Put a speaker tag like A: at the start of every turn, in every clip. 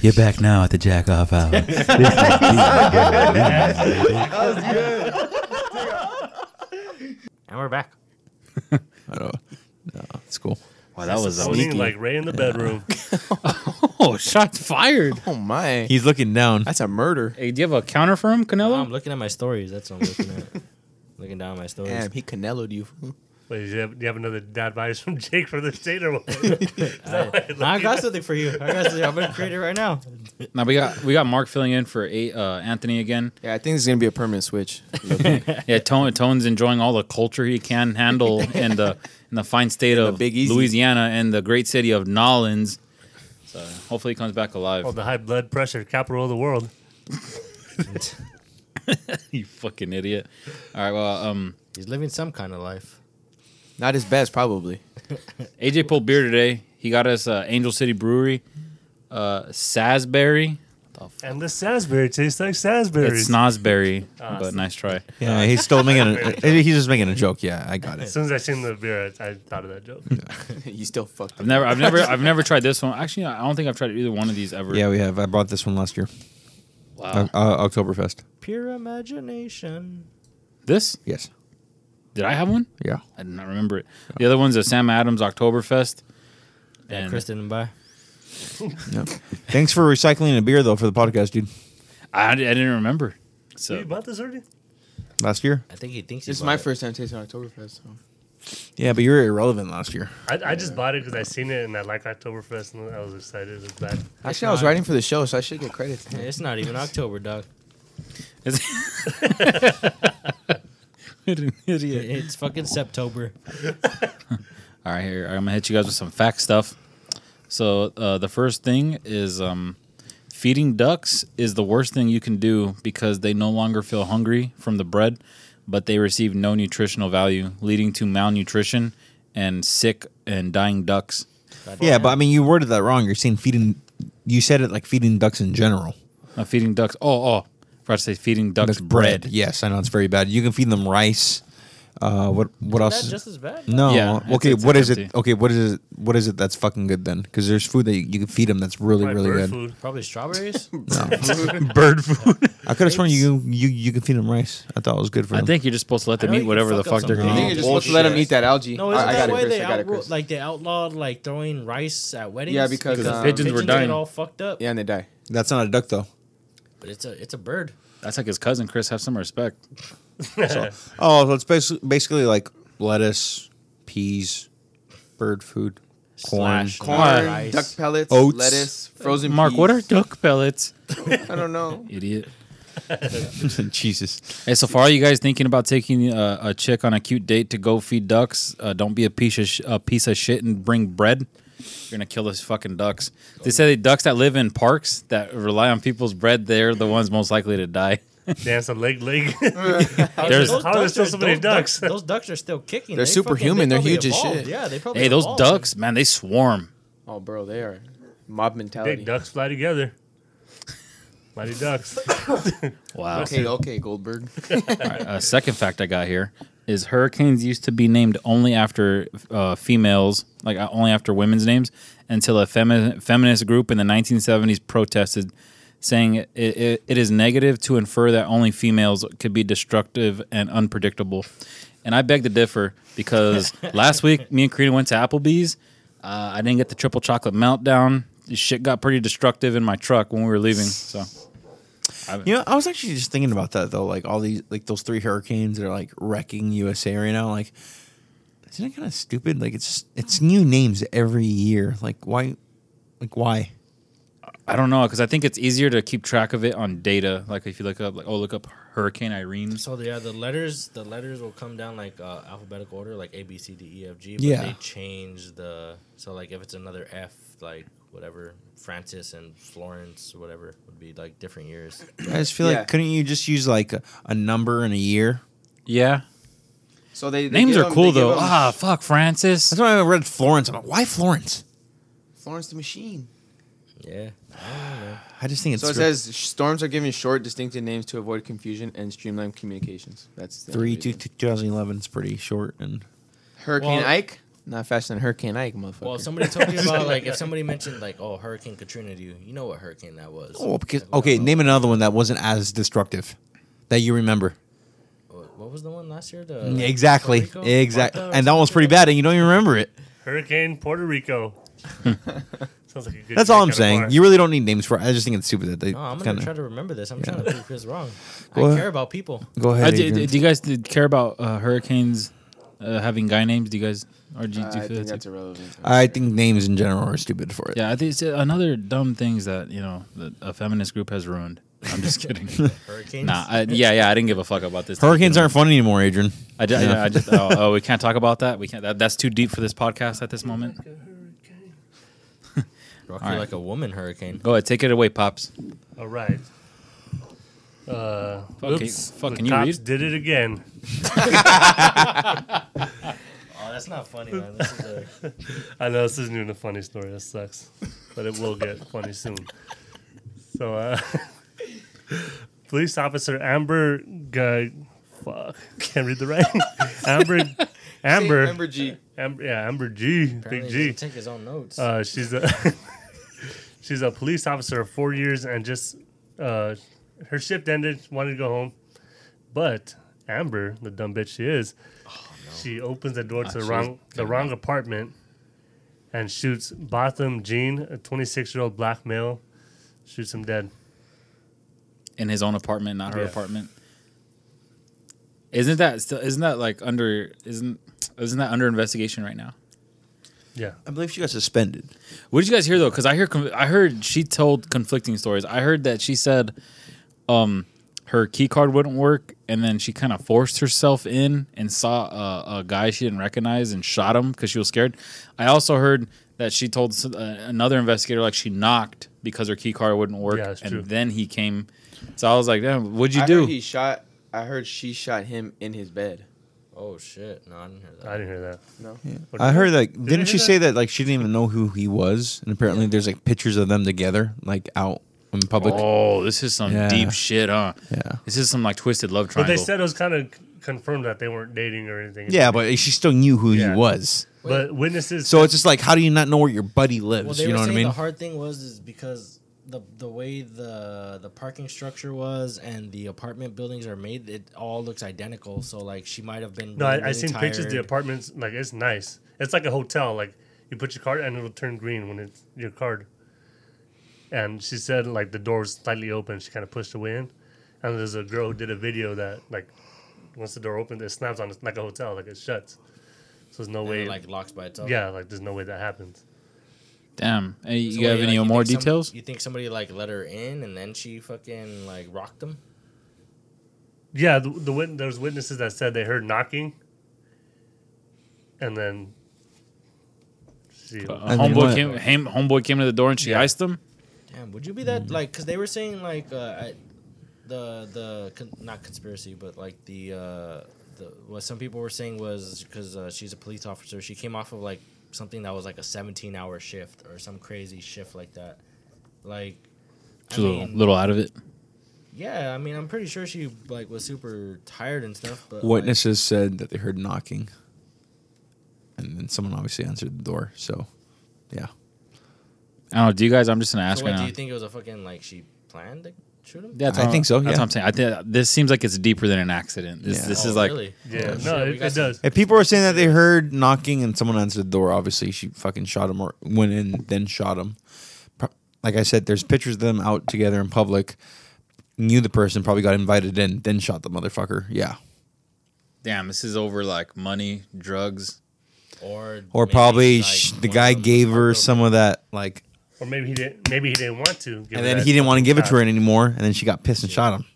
A: You're back now at the jack off hour.
B: And we're back.
C: I don't, no, it's cool.
D: Wow, that was
E: Owning,
D: sneaky.
E: like right in the bedroom.
F: Oh, shots fired.
C: Oh my,
A: He's looking down.
C: that's a murder.
F: Hey, do you have a counter for him, Canelo?
B: I'm looking at my stories. That's what I'm looking at. looking down at my stories.
C: Damn, he Canelo'd you.
E: Wait, do you have, do you have another dad advice from Jake for the state or what? Is that why you're
B: Nah, I
E: looking
B: got
E: at-
B: something for you. I got something. I'm gonna create it right now.
F: now we got we got Mark filling in for eight, uh, Anthony again.
C: Yeah, I think this is gonna be a permanent switch.
F: Yeah, Tone, Tone's enjoying all the culture he can handle in the in the fine state of
C: Big Easy.
F: Louisiana and the great city of Nolens. So hopefully he comes back alive.
E: Oh, the high blood pressure capital of the world.
F: you fucking idiot. All right, well, um,
B: He's living some kind of life.
C: Not his best, probably.
F: AJ pulled beer today. He got us uh, Angel City Brewery, uh, Sasberry.
E: And the Salisbury tastes like Salisbury.
F: It's Snosberry, but nice try.
C: Yeah,
A: he's still making. A, he's just making a joke. Yeah, I got
E: As
A: it.
E: soon as I seen the beer, I, I thought of that joke.
C: you still fucked.
F: I've
C: Up.
F: never, I've never, I've never tried this one. Actually, I don't think I've tried either one of these ever.
C: Yeah.
A: Yeah, we have. I bought this one last year.
F: Wow.
A: Uh, Oktoberfest.
B: Pure imagination.
F: This?
A: Yes.
F: Did I have one?
A: Yeah.
F: I do not remember it. The other one's a Sam Adams Oktoberfest.
B: Yeah,
F: And
B: Chris didn't buy.
A: Thanks for recycling a beer though for the podcast, dude.
F: I, I didn't remember.
E: You
F: So
E: bought this already?
A: Last year.
B: I think he thinks
C: This
B: he's
C: is my first time tasting Oktoberfest. So.
A: Yeah, but you were irrelevant last year.
E: I, I just bought it because I seen it and I like Oktoberfest and I was excited. It's back.
C: Actually, I was writing for the show, so I should get credit.
B: It's not even October, dog.
F: What an idiot.
B: It's fucking September.
F: All right, here I'm gonna hit you guys with some fact stuff. So uh, the first thing is um, feeding ducks is the worst thing you can do because they no longer feel hungry from the bread, but they receive no nutritional value, leading to malnutrition and sick and dying ducks.
A: Yeah, but I mean, you worded that wrong. You're saying feeding. You said it like feeding ducks in general.
F: Uh, feeding ducks. Oh, oh, forgot to say feeding ducks
A: That's
F: bread.
A: Yes, I know it's very bad. You can feed them rice. Uh, what what else?
B: That's
A: is-
B: just as bad.
A: no.
F: Yeah, it's-
A: okay.
F: it's
A: What is it?
F: empty.
A: Okay. What is it? What is it that's fucking good then? Because there's food that you, you can feed them that's really
E: My
A: really
E: bird
A: good.
E: food.
B: Probably strawberries.
A: bird food. I could have sworn you you you can feed them rice. I thought it was good for
F: I
A: them.
F: think you're just supposed to let them
B: know
F: eat
B: you can
F: whatever the
B: fuck up
F: fuck they're
B: something.
C: I
B: No,
C: think
F: gonna
C: you're
F: eat.
C: just supposed to let them eat that algae.
B: no, isn't
C: I, I
B: that
C: got
B: why
C: it,
B: they
C: Chris. I got it,
B: outlawed
C: Chris.
B: like they outlawed like throwing rice at weddings?
C: yeah, because
F: the
C: um,
F: pigeons were
B: get
F: dying.
B: all fucked up.
C: Yeah, and they die.
A: That's not a duck though.
B: but it's a it's a bird.
F: That's like his cousin Chris. Have some respect.
A: Oh, so it's basically basically like lettuce, peas, bird food, corn.
B: Slash
C: Corn,
B: rice.
C: duck pellets,
A: Oats.
C: lettuce, frozen.
F: Mark, what are
C: peas.
F: duck pellets?
C: I don't know.
F: Idiot.
A: Jesus.
F: Hey, so for all you guys thinking about taking uh, a chick on a cute date to go feed ducks, uh, don't be a piece of sh- a piece of shit and bring bread. You're gonna kill those fucking ducks. They say the ducks that live in parks that rely on people's bread, they're the ones most likely to die.
E: Dance a leg leg.
F: There's-
B: Those
E: how are there
B: ducks
E: still
B: are-
E: so many
B: those
E: ducks?
B: Those ducks are still kicking.
C: They're
B: They
C: superhuman. They're
B: probably
C: huge as
B: evolved.
C: shit.
B: Yeah, they probably.
F: hey, those
B: evolved.
F: ducks, man, they swarm.
C: Oh, bro, they are mob mentality.
E: Big ducks fly together. Mighty ducks.
F: Wow.
C: Okay, okay, Goldberg.
F: A uh, second fact I got here is hurricanes used to be named only after uh, females, like uh, only after women's names, until a femi- feminist group in the 1970s protested, saying it, it, it is negative to infer that only females could be destructive and unpredictable. And I beg to differ because last week me and Karina went to Applebee's. Uh, I didn't get the triple chocolate meltdown. This shit got pretty destructive in my truck when we were leaving. So
A: You know, I was actually just thinking about that though. Like all these, like those three hurricanes that are like wrecking USA right now. Like, isn't it kind of stupid? Like it's it's new names every year. Like why? Like why?
F: I don't know because I think it's easier to keep track of it on data. Like if you look up, like oh, look up Hurricane Irene.
B: So yeah, the letters the letters will come down like uh, alphabetical order, like A B C D E F G. But
A: Yeah.
B: they change the so like if it's another F, like whatever Francis and Florence, whatever would be like different years.
A: I just feel
C: Yeah.
A: like couldn't you just use like a, a number and a year?
F: Yeah,
C: So they, they
F: names
C: give
F: are
C: 'em-
F: cool
C: they give
F: though.
C: 'em
F: Ah, fuck Francis.
A: That's why I read Florence. I'm like, why Florence?
C: Florence the Machine.
B: Yeah,
A: I just think it's
C: So it
A: three-
C: says storms are given short, distinctive names to avoid confusion and streamline communications. That's the only
A: three to
C: reason.
A: 2011 is pretty short and
C: Hurricane
B: Well-
C: Ike. Not faster than Hurricane Ike, motherfucker.
B: Well, if somebody told me about like if somebody mentioned like oh Hurricane Katrina to you, you know what hurricane that was.
A: Oh, because
B: Like, we all
A: okay,
B: know.
A: name another one that wasn't as destructive that you remember.
B: What what was the one last year? The
A: Exactly,
B: Puerto Rico?
A: exactly,
B: Martha or
A: and that one's
B: something?
A: pretty bad, and you don't even remember it.
E: Hurricane Puerto Rico. Sounds like a good
A: That's all
E: drink at
A: I'm
E: a
A: saying.
E: bar.
A: You really don't need names for. it. I just think it's stupid that they
B: No, Oh, I'm gonna
A: kind
B: try
A: of
B: to remember this. I'm trying to prove Chris wrong.
A: Go
B: I
A: ahead.
B: care about people.
A: go
F: Uh,
A: ahead.
F: do,
A: Adrian.
F: do you guys did- care about uh, hurricanes uh, having guy names? Do you guys or do you, do you
C: Uh, I
F: feel
C: think
F: that's
C: that's irrelevant.
A: I think names in general are stupid for it.
F: Yeah, I think it's uh, another dumb things that you know that a feminist group has ruined. I'm just kidding.
B: Hurricanes.
F: nah, I, yeah, yeah, I didn't give a fuck about this.
A: Hurricanes aren't fun anymore, Adrian.
F: I, ju- I just, oh, oh, we can't talk about that. We can't. That, that's too deep for this podcast at this moment.
B: Rock
F: All
B: you
F: right.
B: like a woman hurricane.
F: Go ahead, take it away, pops.
E: All right. Uh,
F: Fuck,
E: oops,
F: can- fuck,
E: the
F: can you
E: cops
F: read?
E: did it again.
B: Oh, that's not funny, man. This is a,
E: I know this isn't even a funny story. That sucks, but it will get funny soon. So, uh, police officer Amber, G- fuck, can't read the writing. Amber, Amber, Amber,
C: Amber G.
E: yeah, Amber G,
B: apparently
E: big
B: he
E: G.
B: doesn't take his own notes.
E: Uh, she's a she's a police officer of four years, and just uh, her shift ended. Wanted to go home, but Amber, the dumb bitch she is, she opens the door to the
F: Oh, Ah, she
E: wrong the wrong apartment, and shoots Botham Jean, a 26 year old black male, shoots him dead.
F: In his own apartment, not her
E: Yeah.
F: apartment. Isn't that still? Isn't that like under? Isn't isn't that under investigation right now?
E: Yeah,
A: I believe she got suspended.
F: What did you guys hear though? Because I hear con- I heard she told conflicting stories. I heard that she said, um, her key card wouldn't work, and then she kind of forced herself in and saw a, a guy she didn't recognize and shot him because she was scared. I also heard that she told s- uh, another investigator like she knocked because her key card wouldn't work,
E: Yeah, that's
F: and
E: true.
F: then he came. So I was like, "Damn, what'd you
C: I
F: do?"
C: Heard he shot. I heard she shot him in his bed.
B: oh shit! No, I didn't hear that.
E: I didn't hear that.
C: No.
E: What-
A: I heard like
E: I
A: didn't she
E: hear
A: say that like she didn't even know who he was, and apparently there's like pictures of them together like out in public.
F: oh, this is some
A: Yeah.
F: deep shit, huh?
A: Yeah.
F: This is some like twisted love
E: But
F: triangle.
E: they said it was kind of confirmed that they weren't dating or anything.
A: Yeah, but she still knew who
E: Yeah.
A: he was.
E: but witnesses.
A: So it's just like, how do you not know where your buddy lives?
B: Well, they
A: you know
B: were
A: what I
B: saying
A: mean?
B: the hard thing was is because the the way the the parking structure was and the apartment buildings are made, it all looks identical. So like she might have been.
E: No,
B: really,
E: I, I
B: really
E: seen pictures. The
B: tired.
E: apartments like it's nice. It's like a hotel. Like you put your card and it'll turn green when it's your card. And she said like the door was slightly open. She kind of pushed away in, and there's a girl who did a video that like once the door opens, it snaps on like a hotel. Like it shuts. So there's no
B: And it,
E: way.
B: like locks by itself.
E: yeah, like there's no way that happens.
F: Damn, hey,
B: So
F: you
B: what,
F: have
B: like,
F: any
B: you
F: more
B: think some-
F: details?
B: you think somebody like let her in and then she fucking like rocked them?
E: Yeah, the, the wit- there's witnesses that said they heard knocking, and then. She,
F: Uh,
A: And then
F: homeboy
A: what?
F: came. Ham, homeboy came to the door and she
E: Yeah.
F: iced him.
B: Damn, would you be
A: Mm-hmm.
B: that like? Because they were saying like uh, I- the the con- not conspiracy, but like the uh, the what some people were saying was because uh, she's a police officer, she came off of like something that was like a seventeen hour shift or some crazy shift like that. Like,
F: She's a little, little out of it.
B: yeah, I mean, I'm pretty sure she like was super tired and stuff. But like,
A: Witnesses said that they heard knocking, and then someone obviously answered the door. So, yeah,
F: I don't know. Do you guys? I'm just gonna ask
B: so
F: right
B: what, do
F: now.
B: you think it was a fucking like she planned to shoot him?
F: That's
A: I
F: what-
A: think so,
F: That's
A: yeah.
F: what I'm saying. I think this seems like it's deeper than an accident. This,
A: Yeah.
F: this
B: Oh,
F: is like
B: really?
E: yeah,
B: Oh,
E: no,
B: shit, we
E: it,
B: got
E: it
B: some-
E: does.
A: if people were saying that they heard knocking and someone answered the door, obviously she fucking shot him or went in then shot him. Pro- Like I said, there's pictures of them out together in public. Knew the person, probably got invited in, then shot the motherfucker. Yeah,
F: damn. This is over like money, drugs.
B: Or
A: or
B: maybe,
A: probably
B: like,
A: sh-
B: one
A: the
B: of
A: guy
B: them-
A: gave her some of that like
E: Or maybe he didn't. Maybe he didn't want to. Give
A: and
E: her
A: then
E: that
A: he didn't want to give it to her
E: shot.
A: anymore, and then she got pissed and shot him.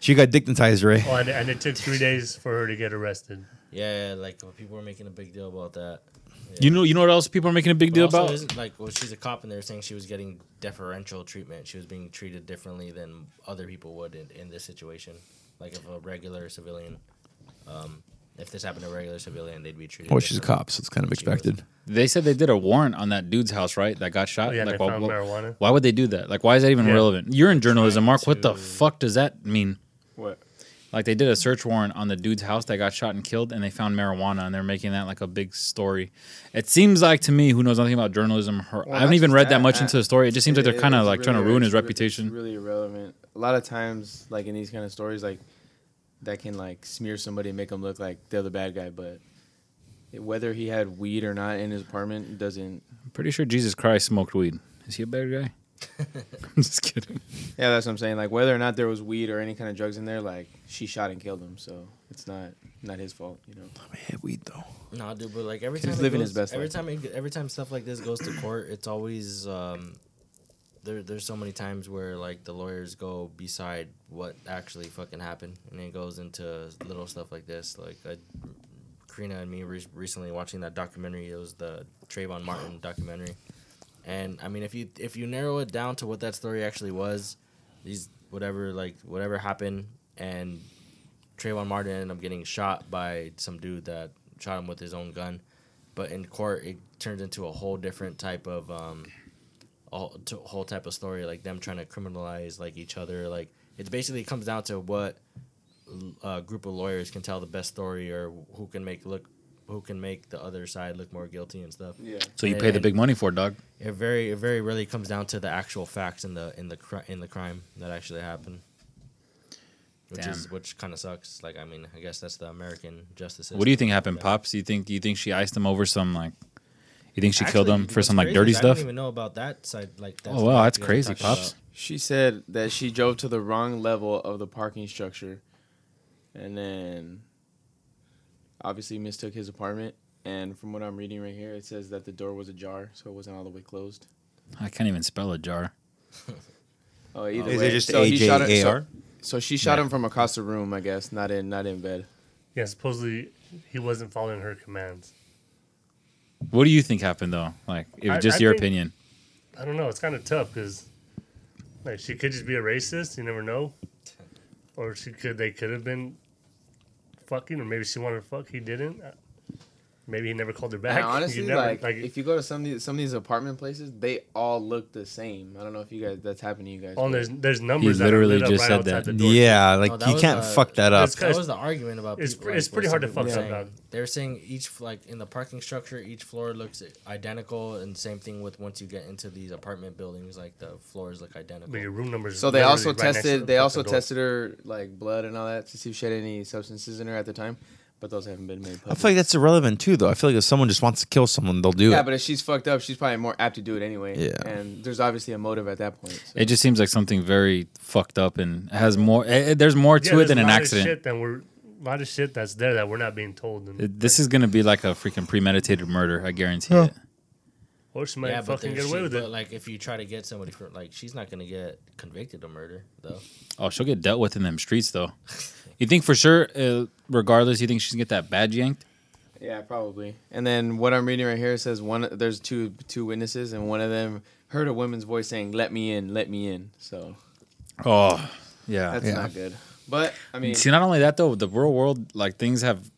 A: She got dignitized, Ray.
E: Oh, and, and it took three days for her to get arrested.
B: Yeah, like people were making a big deal about that.
F: You know, you know what else people are making a big deal
B: But also,
F: about?
B: isn't, like well she's a cop and they're saying she was getting deferential treatment she was being treated differently than other people would in, in this situation like if a regular civilian um if this happened to a regular civilian they'd be treated
A: Well, she's a
B: differently.
A: cop, so it's kind of expected.
F: they said they did a warrant on that dude's house, right? That got
B: Oh,
F: shot.
E: Oh, Yeah,
F: like,
E: they
F: why,
E: found
F: why-
E: marijuana.
F: Why would they do that? Like, why is that even
E: Yeah.
F: relevant? You're in journalism, Mark. What the
B: to-
F: fuck does that mean?
C: What?
F: Like they did a search warrant on the dude's house that got shot and killed, and they found marijuana, and they're making that like a big story. It seems like to me, who knows nothing about journalism, her, I haven't
C: that's
F: even
C: just
F: read that
C: that-
F: much
C: that-
F: into the story. It just seems like they're
C: It-
F: kind of
C: it's
F: like trying to
C: really-
F: ruin
C: it's
F: his
C: re-
F: reputation.
C: It's really irrelevant. A lot of times, like in these kind of stories, like that can like smear somebody and make them look like they're the bad guy. But whether he had weed or not in his apartment doesn't.
F: I'm pretty sure Jesus Christ smoked weed. Is he a bad guy? I'm just kidding.
C: Yeah, that's what I'm saying. Like whether or not there was weed or any kind of drugs in there, like she shot and killed him, so it's not not his fault. You know,
A: I hit weed though.
B: No, dude, but like every
C: He's
B: time it
C: living
B: goes-
C: his best
B: Every
C: life.
B: time, it, every time stuff like this goes to court, it's always um, there. There's so many times where like the lawyers go beside what actually fucking happened, and it goes into little stuff like this. Like I, Karina and me re- recently watching that documentary. It was the Trayvon Martin documentary, and I mean, if you if you narrow it down to what that story actually was, these whatever like whatever happened and Trayvon Martin ended up getting shot by some dude that shot him with his own gun. But in court, it turns into a whole different type of um, a whole- to- whole type of story, like them trying to criminalize like each other. Like it basically comes down to what a group of lawyers can tell the best story, or who can make look who can make the other side look more guilty and stuff.
C: Yeah.
F: So you pay the big money for it, dog.
B: It very it very really comes down to the actual facts in the in the cri- in the crime that actually happened. Which is
F: Damn.
B: which kind of sucks. Like I mean, I guess that's the American justice system.
F: What do you think happened, pops? You think you think she iced him over some like? You think she killed
B: Actually,
F: him for
B: what's
F: some like
B: crazy
F: dirty
B: is I
F: stuff?
B: didn't even know about that side. Like, that
F: Oh wow, that's
B: you guys
F: crazy,
B: talked about.
F: pops.
C: She said that she drove to the wrong level of the parking structure and then obviously mistook his apartment. And from what I'm reading right here, it says that the door was ajar, so it wasn't all the way closed.
F: I can't even spell a jar.
C: Oh, either
A: Is
C: way.
A: it just
C: so he shot her- so-
A: AJAR?
C: So she shot him from across the room, I guess, not in not in bed.
E: Yeah, supposedly he wasn't following her commands.
F: What do you think happened though? Like, if
E: I-
F: just
E: I
F: your
E: think-
F: opinion.
E: I don't know. It's kind of tough because, like, she could just be a racist. You never know, or she could. They could have been fucking, or maybe she wanted to fuck. He didn't. Uh, Maybe he never called her back.
C: And honestly,
E: you never,
C: like, if you go to some of these some of these apartment places, they all look the same. I don't know if you guys that's happened to you guys.
E: oh,
C: but-
E: and there's there's numbers.
F: He literally
E: that are lit
F: just
E: up
F: said
E: right outside
F: that.
E: The door.
A: Yeah,
C: Oh,
A: like
B: that
A: you
B: was,
A: can't
B: uh,
A: fuck that up.
E: it's-
B: That was the argument about.
E: It's
B: people,
E: pre-
B: like,
E: it's pretty
B: what
E: hard
B: some
E: to fuck
B: people
E: up,
B: saying.
E: dog.
B: They're saying each like in the parking structure, each floor looks identical, and same thing with once you get into these apartment buildings, like the floors look identical.
E: But your room numbers.
C: So they also tested. They also tested her like blood and all that to see if she had any substances in her at the time, but those haven't been made
A: I
C: public.
A: feel like that's irrelevant too, though. I feel like if someone just wants to kill someone, they'll do
C: yeah,
A: it.
C: but if she's fucked up, she's probably more apt to do it anyway.
A: Yeah.
C: and there's obviously a motive at that point. So.
F: It just seems like something very fucked up and has more. eh, eh, there's more to it than an accident.
E: Shit that we're a lot of shit that's there that we're not being told. And,
F: It- This is gonna be like a freaking premeditated murder. I guarantee it.
E: or she might
B: yeah, but
E: fucking
B: there's
E: get away
B: shit-
E: with
B: but,
E: it.
B: like if you try to get somebody for like, she's not gonna get convicted of murder though.
F: Oh, she'll get dealt with in them streets though. You think for sure? Uh, regardless, you think she's gonna get that badge yanked?
C: Yeah, probably. And then what I'm reading right here says one. There's two two witnesses, and one of them heard a woman's voice saying, "Let me in, let me in." So
F: Oh, yeah.
C: that's
A: Yeah.
C: not good. But I mean,
F: See, not only that though, the real world, like things have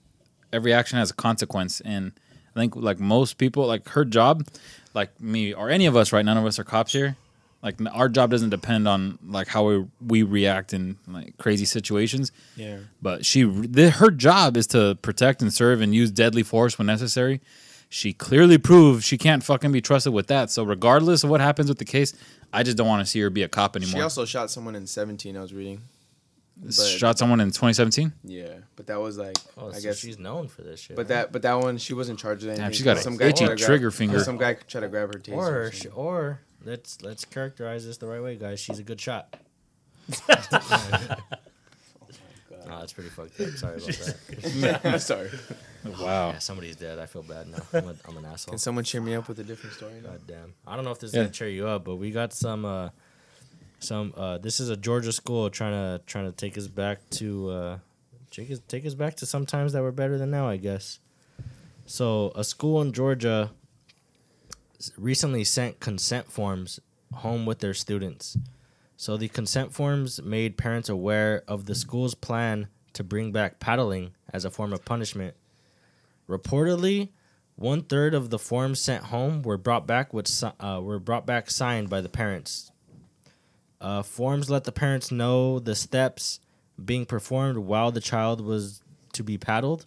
F: every action has a consequence, and I think like most people, like her job, like me or any of us, right? None of us are cops here. Like n- our job doesn't depend on like how we, we react in like crazy situations.
C: yeah,
F: But she, th- her job is to protect and serve and use deadly force when necessary. She clearly proved she can't fucking be trusted with that. So regardless of what happens with the case, I just don't want to see her be a cop anymore.
C: she also shot someone in 17. I was reading.
F: shot someone in 2017.
C: Yeah, but that was like
B: Oh,
C: I
B: so
C: guess
B: she's known for this shit.
C: But
B: right?
C: that, but that one, she wasn't charged with anything.
F: she's got a
C: guy
F: itchy
C: tried to
F: trigger finger.
C: Some guy tried to grab her taser. Or
B: or sh-
C: something.
B: or let's let's characterize this the right way, guys. She's a good shot. No, that's pretty fucked up. Sorry about that.
C: Sorry.
F: Wow.
B: Yeah, somebody's dead. I feel bad now. I'm, a, I'm an asshole.
C: Can someone cheer me up with a different story?
B: God damn. I don't know if this is
F: Yeah.
B: gonna cheer you up, but we got some. Uh, some. Uh, this is a Georgia school trying to trying to take us back to uh, take us take us back to some times that were better than now, I guess. So a school in Georgia s- recently sent consent forms home with their students. So the consent forms made parents aware of the school's plan to bring back paddling as a form of punishment. Reportedly, one third of the forms sent home were brought back with si- uh, were brought back signed by the parents. Uh, forms let the parents know the steps, being performed while the child was to be paddled.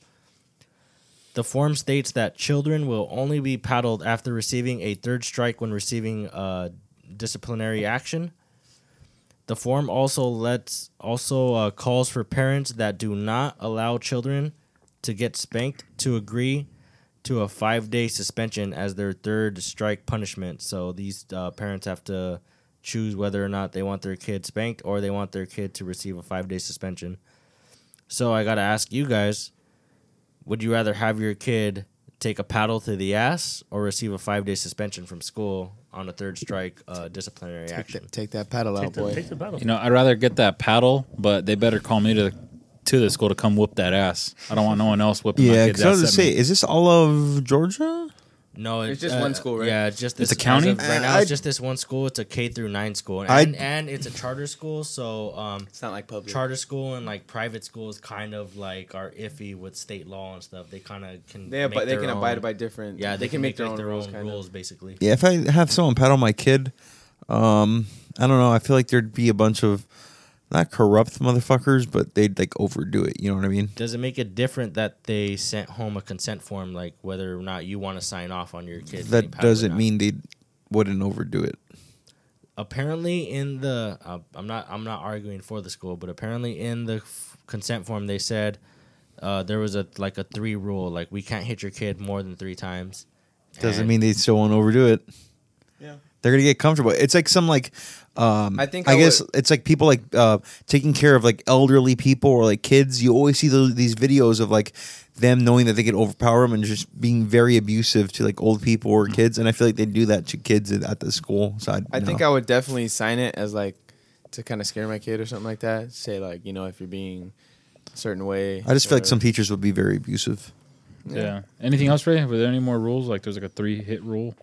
B: The form states that children will only be paddled after receiving a third strike when receiving uh, disciplinary action. The form also lets also uh, calls for parents that do not allow children to get spanked to agree to a five day suspension as their third strike punishment. So these uh, parents have to choose whether or not they want their kid spanked or they want their kid to receive a five day suspension. So I got to ask you guys would you rather have your kid take a paddle to the ass or receive a five day suspension from school on a third strike uh, disciplinary
D: Take
B: action?
D: that, take that paddle
E: Take
D: out,
F: Oh,
E: the,
D: boy.
E: take the battle.
F: You know, I'd rather get that paddle, but they better call me to the, to the school to come whoop that ass. I don't want no one else whipping my
A: Yeah,
F: kid's
A: because I was
F: ass. at
A: gonna
F: me.
A: say, is this all of Georgia?
B: No, uh,
C: It's just one school, right?
B: Yeah, it's just this
F: a county?
B: as of
A: Uh,
B: Right now, it's
A: I'd-
B: just this one school. It's a K through nine school,
A: I'd-
B: and, and it's a charter school. So um,
C: It's not like public.
B: charter school and like private schools kind of like are iffy with state law and stuff. They kind of can.
C: they ab-
B: make
C: they
B: their
C: can
B: own-
C: abide by different.
B: Yeah,
C: they, can make, their,
B: like,
C: own rules. kind of.
B: rules basically.
A: Yeah, if I have someone paddle my kid, um, I don't know. I feel like there'd be a bunch of not corrupt motherfuckers, but they'd like overdo it. You know what I mean?
B: Does it make it different that they sent home a consent form, like whether or not you want to sign off on your kid? being
A: That
B: paddled or
A: doesn't
B: not?
A: mean they wouldn't overdo it.
B: apparently in the uh, I'm not I'm not arguing for the school, but apparently in the f- consent form they said uh, there was a like a three rule, like we can't hit your kid more than three times.
A: Doesn't
B: And-
A: mean they still won't overdo it.
C: Yeah.
A: They're gonna get comfortable. It's like some like um
C: I think
A: I,
C: I
A: guess
C: would-
A: it's like people like uh taking care of like elderly people or like kids. You always see those, these videos of like them knowing that they can overpower them and just being very abusive to like old people or kids. And I feel like they do that to kids at, at the school. So I'd,
C: I
A: no.
C: think I would definitely sign it as like to kind of scare my kid or something like that. Say like you know if you're being a certain way.
A: I just feel like
C: or-
A: some teachers would be very abusive.
F: Yeah. Anything else, Ray? Were there any more rules? Like, there's like a three hit rule.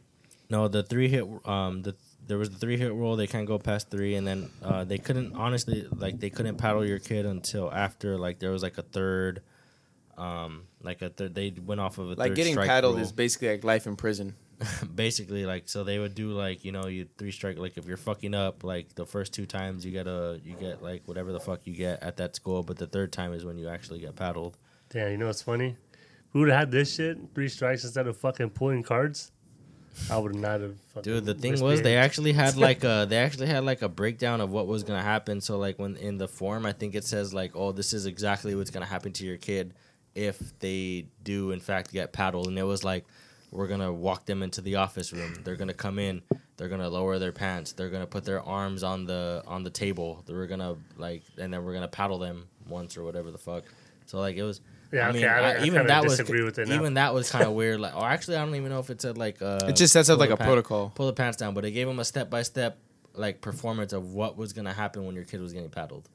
B: No, the three hit um the there was the three hit rule. They can't go past three, and then uh, they couldn't honestly like they couldn't paddle your kid until after like there was like a third. Um, like a third, they went off of a
C: like
B: third
C: getting
B: strike
C: paddled
B: rule.
C: is basically like life in prison.
B: basically like so they would do like you know you three strike like if you're fucking up like the first two times you gotta you get like whatever the fuck you get at that school but the third time is when you actually get paddled
E: Damn, you know what's funny? If we would have had this shit, three strikes instead of fucking pulling cards, I would not have fucking
B: dude the thing was they
E: misbehaved.
B: actually had like a they actually had like a breakdown of what was gonna happen so like when in the form i think it says like oh this is exactly what's gonna happen to your kid if they do in fact get paddled and it was like we're gonna walk them into the office room they're gonna come in they're gonna lower their pants they're gonna put their arms on the on the table they were gonna like and then we're gonna paddle them once or whatever the fuck so like it was
E: Yeah,
B: I
E: okay,
B: mean,
E: I-
B: I-
E: I
B: even
E: kinda
B: that was
E: disagree with it now.
B: even that was kind of weird. Like, or actually, I don't even know if it said like uh,
C: It just sets up
B: pull
C: like
B: the
C: a protocol.
B: Pull the pants down, but it gave him a step by step like performance of what was gonna happen when your kid was getting paddled.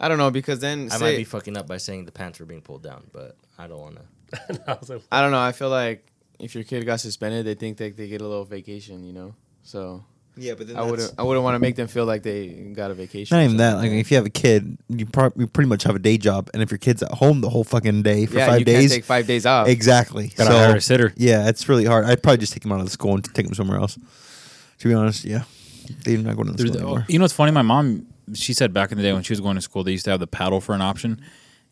C: I don't know because then
B: I might
C: say-
B: be fucking up by saying the pants were being pulled down, but I don't wanna.
E: I was like,
C: I don't know. I feel like if your kid got suspended, they think that they get a little vacation, you know. So
A: Yeah, but then
C: I wouldn't. I wouldn't want to make them feel like they got a vacation.
A: Not
C: or
A: even that. Like,
C: something.
A: if you have a kid, you, prob- you pretty much have a day job, and if your kid's at home the whole fucking day for
C: yeah,
A: five
C: you
A: days,
C: can't take five days off.
A: exactly.
F: Gotta hire a sitter.
A: Yeah, it's really hard. I'd probably just take them out of the school and take them somewhere else. To be honest, yeah, they're not going to the
F: Through
A: school
F: the- oh,
A: anymore.
F: you know what's funny? My mom, she said back in the day when she was going to school, they used to have the paddle for an option,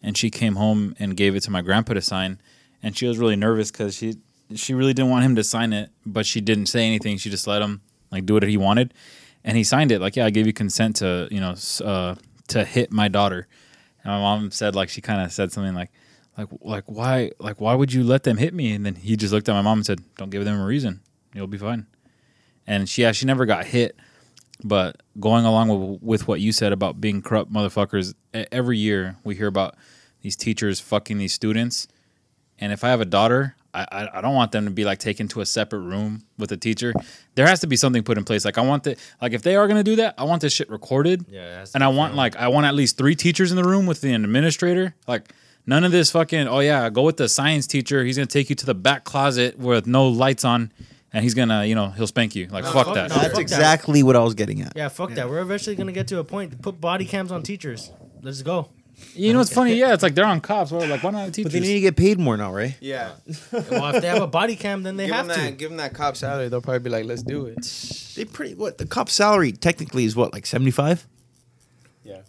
F: and she came home and gave it to my grandpa to sign, and she was really nervous because she she really didn't want him to sign it, but she didn't say anything. She just let him like do what he wanted, and he signed it. Like, yeah, I gave you consent to you know s- uh, to hit my daughter. And my mom said like she kind of said something like. Like, like why like why would you let them hit me? And then he just looked at my mom and said, "Don't give them a reason. You'll be fine." And she yeah she never got hit, but going along with, with what you said about being corrupt motherfuckers, e- every year we hear about these teachers fucking these students. And if I have a daughter, I, I, I don't want them to be like taken to a separate room with a teacher. There has to be something put in place. Like I want the like if they are gonna do that, I want this shit recorded.
B: Yeah, it has to
F: And
B: be
F: I want like I want at least three teachers in the room with an administrator. Like none of this fucking oh yeah, go with the science teacher. He's gonna take you to the back closet with no lights on, and he's gonna you know he'll spank you. Like
B: fuck
F: fuck that.
B: no.
A: That's
B: fuck that.
A: exactly what I was getting at.
B: Yeah, fuck that. We're eventually gonna get to a point. Put body cams on teachers. Let's go.
F: You know what's funny? Yeah, it's like they're on cops. Well, like why not
A: But they
F: teachers?
A: need to get paid more now, right?
C: Yeah,
B: Well, if they have a body cam, then they
C: give
B: have
C: them
B: to.
C: that. Give them that cop salary. They'll probably be like, "Let's do it."
A: They pretty what the cop's salary technically is what like seventy five.
C: Yeah.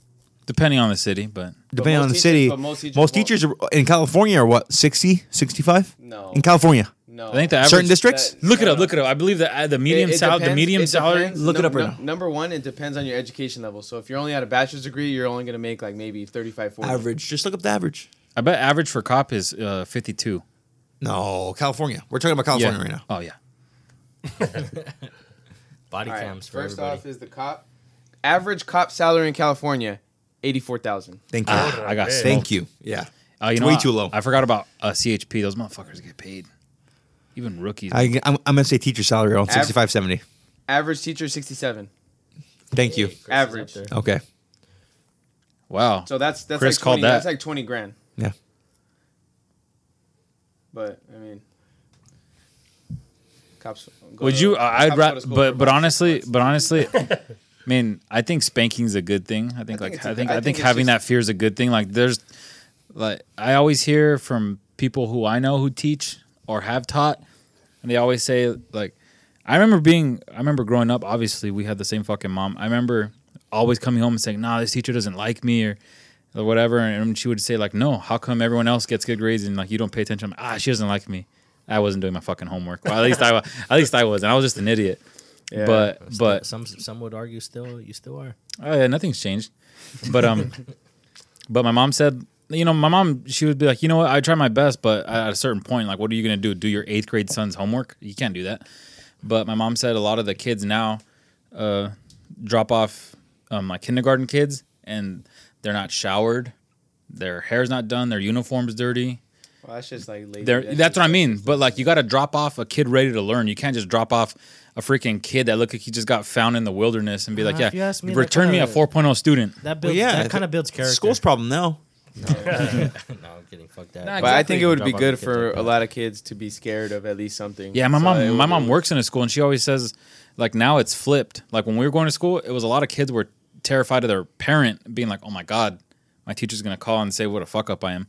F: depending on the city, but
A: Depending
C: most
A: on the
C: teachers-
A: city,
C: but
A: most
C: most
A: teachers,
C: teachers
A: are, in California are what 60, 65?
C: No.
A: in California,
C: No,
F: I think the average,
A: certain districts.
C: that-
F: Look it up. Look it up. I believe that uh, the medium
C: It- it
F: sal- the
C: depends-
F: medium
C: it
F: salary.
C: depends.
A: Look it up right now.
C: Number one, it depends on your education level. So if you're only at a bachelor's degree, you're only going to make like maybe 35, 40.
A: average. Just look up the average.
F: I bet average for cop is uh, fifty two.
A: No, California. We're talking about California right now.
F: Oh yeah.
B: Body
C: All right,
B: cams for
C: First
B: everybody.
C: off is the cop. Average cop salary in California, 84,000.
A: Thank you.
F: Ah, I got
E: Hey.
F: smoked.
A: Thank you. Yeah.
F: Oh, you
A: It's
F: know
A: way
F: what?
A: too low.
F: I forgot about uh, CHP. Those motherfuckers get paid. Even rookies.
A: I, am gonna say teacher salary around
C: Aver-
A: 65, 70.
C: Average teacher, 67.
A: Thank
B: Hey,
A: you.
B: Chris is up
C: Average.
B: there.
A: Okay.
F: wow.
C: So that's that's
F: Chris
C: like
F: called
C: 20,
F: that.
C: that's like 20 grand.
A: Yeah.
C: But I mean, cops. go
F: Would
C: to-
F: you? I
C: cops
F: I'd
C: go to
F: rather,
C: school
F: but
C: for
F: but
C: about six
F: honestly,
C: months.
F: but honestly, I mean, I think spanking's a good thing. I think
C: think
F: like
C: it's a
F: I
C: good-
F: think
C: I
F: I
C: think
F: think,
C: it's
F: having
C: just-
F: that fear is a good thing. Like there's, like I always hear from people who I know who teach or have taught, and they always say like, I remember being, I remember growing up. Obviously, we had the same fucking mom. I remember always coming home and saying, "Nah, this teacher doesn't like me," or. Or whatever, and she would say like, "No, how come everyone else gets good grades and like you don't pay attention?" I'm, ah, she doesn't like me. I wasn't doing my fucking homework. Well, at least I, wa- at least I was, and I was just an idiot.
C: Yeah.
F: But but
B: some some would argue still you still are.
F: Oh yeah, nothing's changed. But um, but my mom said, you know, my mom she would be like, you know what, I try my best, but at a certain point, like, what are you gonna do? Do your eighth grade son's homework? You can't do that. But my mom said a lot of the kids now uh, drop off um, like kindergarten kids, and they're not showered, their hair's not done, their uniform's dirty.
C: Well, that's just like lazy.
F: There, that's what I mean. But like, you got to drop off a kid ready to learn. You can't just drop off a freaking kid that look like he just got found in the wilderness and be like,
B: Uh,
F: "Yeah,
B: if you ask me, that
F: return me a
B: kinda-
F: 4.0 student."
B: That
A: Well,
B: builds
A: yeah,
B: that kind of builds character.
A: School's problem now.
B: no, I'm kidding. Fuck that.
F: Nah,
C: But I think it would
B: Drop
C: be
B: off
C: good
B: the kids
C: for
B: like
C: a
B: that.
C: lot of kids to be scared of at least something.
F: Yeah, my
C: So it
F: mom. My
C: would
F: mom
C: be-
F: works in a school, and she always says, like now it's flipped. Like when we were going to school, it was a lot of kids were terrified of their parent being like, "Oh my god, my teacher's gonna call and say what a fuck up I am."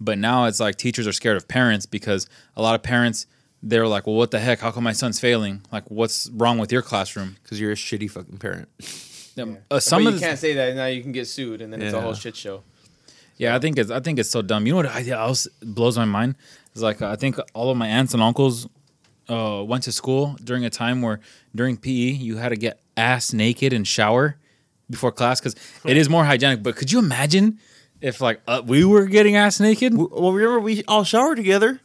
F: But now it's like teachers are scared of parents because a lot of parents they're like, "Well, what the heck? How come my son's failing? Like, what's wrong with your classroom?"
A: Because you're a shitty fucking parent.
F: Um,
C: But
F: Uh, some
C: you
F: of the,
C: can't say that now. You can get sued, and then it's a
A: Yeah.
C: whole shit show.
F: Yeah, I think it's I think it's so dumb. You know what I else blows my mind is like I think all of my aunts and uncles uh, went to school during a time where during PE you had to get ass naked and shower before class because it is more hygienic. But could you imagine if like uh, we were getting ass naked?
A: Well, remember we all showered together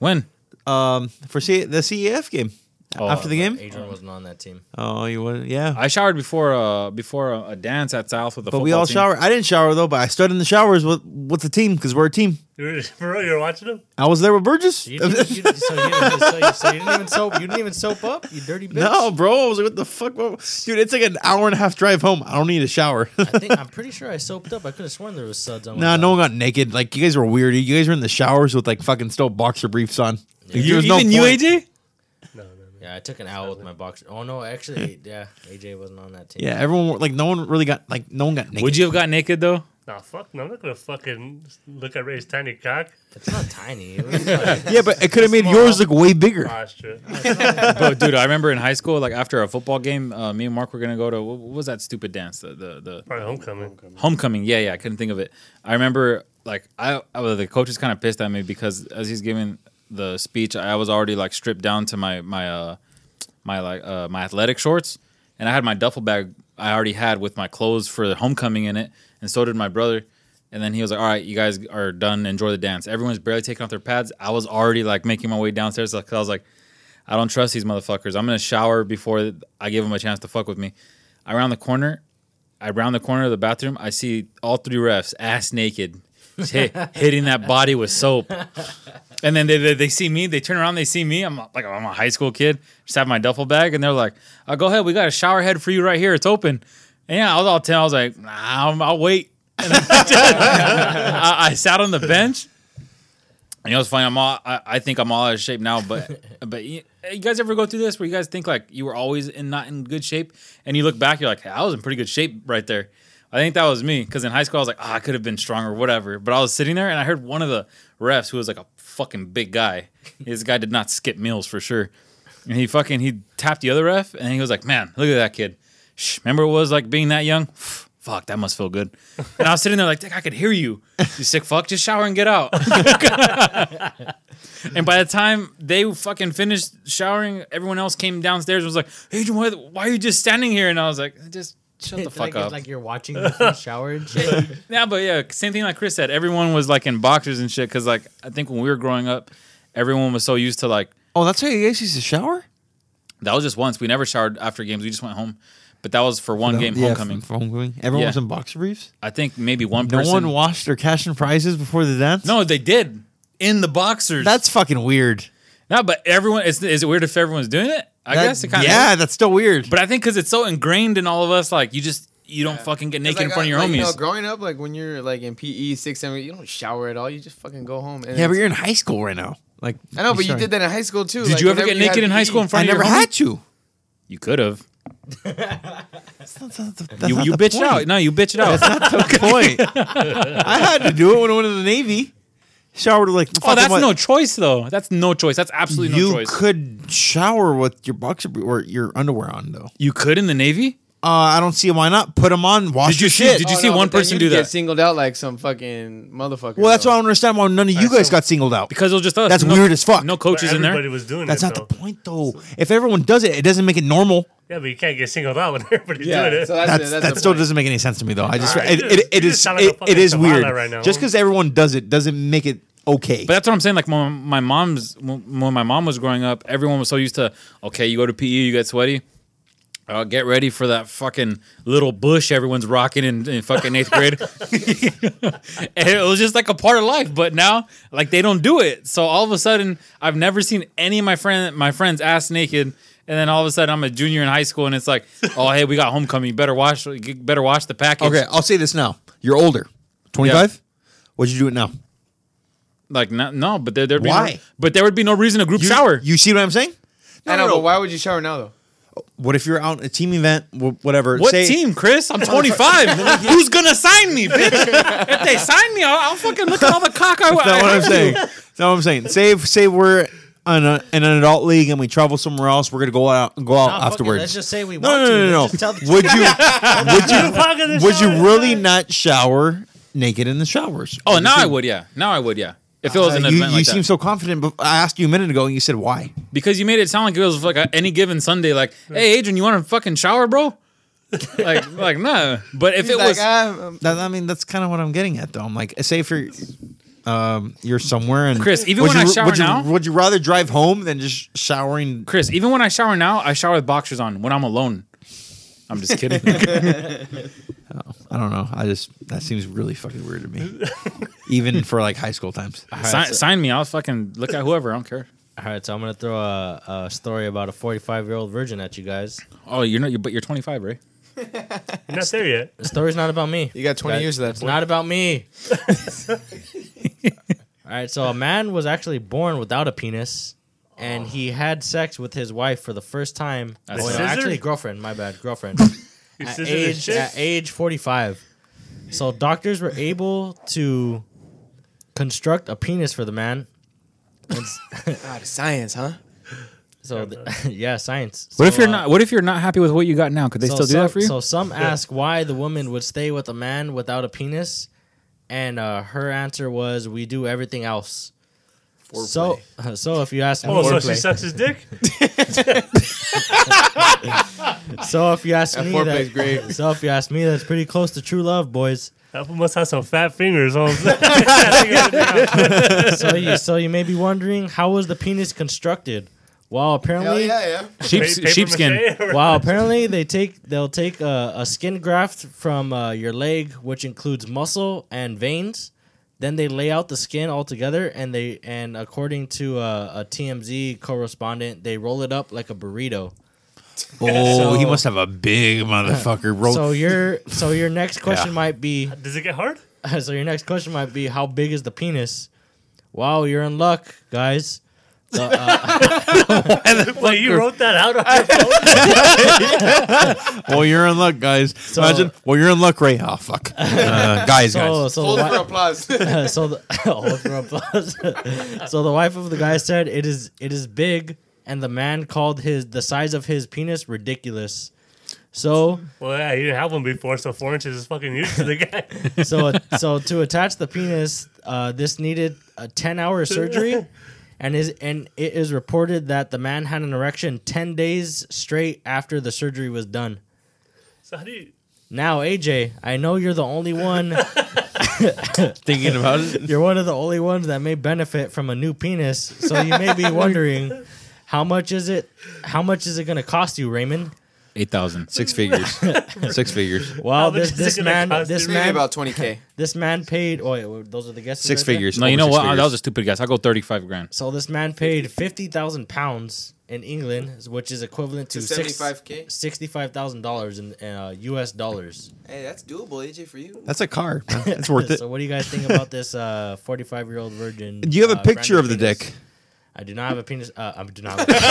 F: When?
A: um, for C- the CEF game
F: Oh,
A: after the game.
B: Adrian wasn't on that team.
A: Oh, you was yeah.
F: I showered before uh before a, a dance at South with the.
A: but we
F: football
A: all
F: team.
A: showered. I didn't shower though, but I stood in the showers with with the team because we're a team.
E: You're, for real, you're watching them?
A: I was there with Burgess.
B: You didn't, you, didn't- so, you didn't, so, you, so you didn't even soap. You didn't even soap up. You dirty bitch.
A: No, bro. I was like, what the fuck, What- dude? It's like an hour and a half drive home. I don't need a shower.
B: I think I'm pretty sure I soaped up. I could have sworn there was suds on. my
A: nah,
B: body.
A: no one got naked. Like you guys were weird. You guys were in the showers with like fucking still boxer briefs on. Like, there
F: You,
A: was
F: even
A: no
F: you,
A: point.
F: AJ?
E: No, no, no.
B: Yeah, I took an hour with my boxer. Oh no, actually, yeah, AJ wasn't on that team.
A: Yeah, everyone were- like no one really got like no one got naked.
F: Would you have got naked though?
E: Nah, fuck no. I'm not going to fucking look at Ray's tiny cock.
B: It's not tiny. It was like,
A: Yeah, but it could have made yours look way bigger.
E: Posture.
F: Bro, dude, I remember in high school, like after a football game, uh, me and Mark were gonna go to what, what was that stupid dance? The the the
E: Probably homecoming.
F: homecoming. Yeah, yeah, I couldn't think of it. I remember like I, I was- the coach is kind of pissed at me because as he's giving the speech, I was already like stripped down to my my uh my like uh my athletic shorts, and I had my duffel bag I already had with my clothes for the homecoming in it, and so did my brother. And then he was like, "All right, you guys are done. Enjoy the dance." Everyone's barely taking off their pads. I was already like making my way downstairs because I was like, "I don't trust these motherfuckers. I'm gonna shower before I give them a chance to fuck with me." I round the corner. I round the corner of the bathroom. I see all three refs ass naked, hit, hitting that body with soap. And then they, they, they see me. They turn around. They see me. I'm like I'm a high school kid. Just have my duffel bag, and they're like, oh, "Go ahead. We got a shower head for you right here. It's open." And yeah, I was all ten. I was like, nah, I'm, "I'll wait." And I, I sat on the bench. And you know, it's funny. I'm all. I, I think I'm all out of shape now. But but you, you guys ever go through this where you guys think like you were always in not in good shape, and you look back, you're like, "Hey, I was in pretty good shape right there. I think that was me because in high school I was like, ah, I could have been stronger, whatever. But I was sitting there and I heard one of the refs who was like a fucking big guy. this guy did not skip meals for sure, and he fucking he tapped the other ref and he was like, man, look at that kid. Shh, remember what it was like being that young. fuck, that must feel good. And I was sitting there like, Dick, I could hear you. You sick fuck, just shower and get out. and by the time they fucking finished showering, everyone else came downstairs and was like, hey, why, why are you just standing here? And I was like, just shut the
B: It's
F: fuck
B: like,
F: up.
B: It's like you're watching the first shower and shit.
F: Yeah, but yeah, same thing like Chris said. Everyone was like in boxers and shit because like I think when we were growing up, everyone was so used to like
A: Oh, that's how you guys used to shower?
F: that was just once. We never showered after games. We just went home. But that was for one game
A: Yeah,
F: homecoming.
A: from- from homecoming. Everyone
F: Yeah.
A: was in boxer briefs.
F: I think maybe one
A: No
F: person.
A: one washed their cash and prizes before the dance.
F: no, they did in the boxers.
A: that's fucking weird.
F: no, but everyone. Is, is it weird if everyone's doing it? I
A: That-
F: guess it kind of.
A: yeah, that's still weird.
F: But I think because it's so ingrained in all of us, like you just you don't fucking get naked in front of your
C: like,
F: homies.
C: You know, growing up, like when you're like in PE six, seven, you don't shower at all. You just fucking go home. And
A: yeah, but
C: it's-
A: you're in high school right now. Like
C: I know,
A: I'm
C: but you
A: sorry.
C: did that in high school too.
F: Did
C: like,
F: you ever
C: whenever
F: get naked
C: had
F: in high
C: PE.
F: school in
A: I
F: front of
A: never
F: your homies?
A: had to.
F: You could have.
A: That's not the, that's
F: You
A: not
F: you
A: the
F: bitched
A: point.
F: out. No, you bitched out.
A: That's not the point. I had to do it when I went to the Navy. Showered like
F: Oh,
A: fucking
F: that's
A: what-
F: no choice though. That's no choice. That's absolutely
A: you
F: no choice.
A: could shower with your boxer br- or your underwear on though.
F: you could in the Navy.
A: Uh, I don't see why not. Put them on. Wash
F: Did you
A: your
F: see-
A: shit.
F: did you
C: Oh,
F: see
C: no,
F: one
C: but then
F: person
C: you'd
F: do
C: Get
F: that?
C: singled out like some fucking motherfucker.
A: well, that's
C: though.
A: why I don't understand why none of you
E: Alright,
A: guys
E: so-
A: got singled out.
F: Because it was just us.
A: That's
F: No-
A: weird as fuck.
F: No
E: But
F: coaches in
E: everybody
F: there.
E: was doing
A: That's
E: it,
A: not the
E: though.
A: point though. If everyone does it, it doesn't make it normal.
E: Yeah, but you can't get singled out when everybody's
C: Yeah,
E: doing it.
C: so that's,
A: That's,
C: the, that's
A: that
C: the
A: still
C: point.
A: doesn't make any sense to me though. I just
E: Alright,
A: it,
E: you
A: it,
E: just-
A: it
E: you
A: is
E: just sound like
A: it,
E: a
A: it is
E: fucking
A: weird.
E: koala right now.
A: Just because everyone does it doesn't make it okay.
F: But that's what I'm saying. Like when my mom's when when my mom was growing up, everyone was so used to okay, you go to PE, you get sweaty. Uh, get ready for that fucking little bush everyone's rocking in, in fucking eighth grade. and it was just like a part of life. But now, like they don't do it. So all of a sudden, I've never seen any of my friend my friends ass naked. And then all of a sudden, I'm a junior in high school, and it's like, oh hey, we got homecoming. You better watch, you better watch the package.
A: okay, I'll say this now. You're older. Twenty five? What'd you do it now?
F: Like no, no but there, there'd be
A: Why?
F: No, but there would be no reason to group
A: You,
F: shower.
A: You see what I'm saying?
C: I know, but why would you shower now though?
A: What if you're out at a team event, wh- whatever?
F: What
A: say-
F: team, Chris? I'm 25. Who's gonna sign me, bitch? If they sign me, I'll, I'll fucking look at all the cock I want.
A: That's not what I'm saying. That's not what I'm saying. Say, if- say we're on a, in an adult league and we travel somewhere else, we're gonna go out go out
B: Nah, fuck it,
A: afterwards.
B: let's just say we
A: no,
B: want
A: no,
B: to.
A: no, no, no.
B: Let's just tell the
A: would you
E: Fuck in the
A: would you would you
E: shower.
A: really not shower naked in the showers?
F: Oh, now I would, yeah. Now I would, yeah. If it was
A: Uh,
F: an
A: you
F: event
A: you
F: like
A: seem
F: that,
A: so confident, but I asked you a minute ago and you said why.
F: because you made it sound like it was like a, any given Sunday. Like, hey, Adrian, you want to fucking shower, bro? like, like no. But if
C: He's
F: it
C: like,
F: was,
C: "Ah, um,
A: That, I mean, that's kind of what I'm getting at, though. I'm like, say if you're um, you're somewhere and
F: Chris, even
A: would
F: when
A: you,
F: I
A: r-
F: shower
A: would you,
F: now-
A: would you rather drive home than just showering?
F: Chris, even when I shower now, I shower with boxers on when I'm alone. I'm just kidding.
A: I don't know. I just that seems really fucking weird to me, even for like high school times.
F: sign, sign me. I'll fucking look at whoever. I don't care.
B: All right, so I'm gonna throw a, a story about a 45 year old virgin at you guys.
F: Oh, you're not. You're, but you're 25, right?
E: You're not there yet.
B: The story's not about me.
C: you got 20
B: That-
C: years
B: It's
C: left.
B: not about me. All right, so a man was actually born without a penis, and he had sex with his wife for the first time.
F: That's
B: oh, no,
E: scissor?
B: actually, girlfriend. My bad, girlfriend.
E: You
B: at
E: scissor the
B: age
E: chick?
B: at age 45. So doctors were able to construct a penis for the man. And s-
C: God, Ah, science, huh?
B: so the, yeah, science.
F: What if
B: So,
F: you're
B: uh,
F: not? What if you're not happy with what you got now? Could they
B: so
F: still do
B: some,
F: that for you?
B: So some ask why the woman would stay with a man without a penis, and uh, her answer was, "We do everything else." So, so if you ask me,
E: Oh, so she
B: Foreplay.
E: sucks his dick?
B: so if you ask
C: That
B: me,
C: foreplay's
B: that,
C: great.
B: so if you ask me, that's pretty close to true love, boys.
E: That fool must have some fat fingers. On That's
B: So you, so you may be wondering, how was the penis constructed? Well, apparently,
C: yeah.
F: Sheep, sheepskin.
B: Wow, apparently they take they'll take a, a skin graft from uh, your leg, which includes muscle and veins. Then they lay out the skin all together, and they and according to uh, a TMZ correspondent, they roll it up like a burrito.
A: Oh,
B: So-
A: he must have a big motherfucker. Bro.
B: So your so your next question might be
E: Does it get hard?
B: so your next question might be how big is the penis? Wow, you're in luck, guys. The, uh,
E: Wait, you wrote that out on your phone?
A: well, you're in luck, guys. Imagine. Well, you're in luck, Ray. Oh, fuck, uh, guys,
B: so
A: guys.
B: so
C: Hold
B: the
C: it for
B: wi-
C: applause.
B: so the hold for applause. so the wife of the guy said it is it is big and the man called his the size of his penis ridiculous. So
E: Well, yeah, you didn't have one before, so four inches is fucking huge to the guy.
B: so uh, so to attach the penis, uh, this needed a ten hour surgery, and is and it is reported that the man had an erection ten days straight after the surgery was done.
E: so how do you?
B: Now AJ, I know you're the only one.
A: Thinking about it.
B: You're one of the only ones that may benefit from a new penis. So you may be wondering, how much is it? How much is it going to cost you, Raymond?
F: Eight thousand.
A: Six figures. Six figures.
B: Well,
E: How much
B: this
E: is it
B: this
E: gonna
B: man,
E: cost
B: this
E: you?
C: Maybe
B: man,
C: about 20K.
B: this man paid. Oh, wait, wait, those are the guesses.
A: Six
B: right there?
A: figures.
F: No, you
A: Over
F: know
A: six
F: what? Ah,
A: figures.
F: That was a stupid guess. I'll go thirty-five grand.
B: So this man paid fifty thousand pounds in England, which is equivalent to
C: To
B: six-
C: 75K?
B: $65,000 in, in uh, U.S. dollars.
C: Hey, that's doable, AJ, for you.
A: That's a car. man. It's worth it.
B: So what do you guys think about this uh, 45-year-old virgin?
A: Do you have a
B: uh,
A: picture of
B: brand
A: the
B: new penis?
A: dick?
B: I do not have a penis. Uh, I do not have a penis.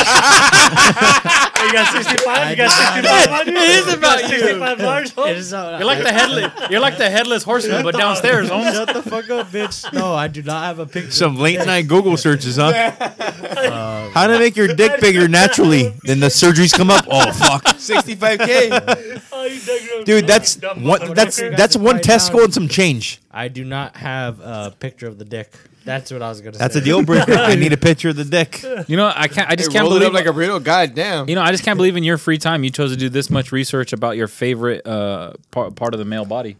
E: Hey, you got sixty-five. You got sixty-five on you. It is about you. got Sixty-five large.
B: It is, uh,
F: You're like the headless. You're like the headless horseman, but downstairs. Almost.
B: Shut the fuck up, bitch. No, I do not have a picture.
A: Some late night Google searches, huh? Uh, How to make your dick bigger naturally? Then the surgeries come up. Oh fuck,
C: 65K.
E: Oh, you dug your own
A: dude,
E: grave,
A: that's
E: dumb
A: one. That's
E: motherfucker.
A: that's one
B: Right now-
A: testicle and some change.
B: I do not have a picture of the dick. That's what I was gonna
A: That's
B: say.
A: a deal breaker. if They need a picture of the dick.
F: You know, I can't. I just
C: Hey,
F: can't
C: roll
F: believe.
C: it up like a burrito. God damn.
F: you know, I just can't believe in your free time you chose to do this much research about your favorite uh, part part of the male body.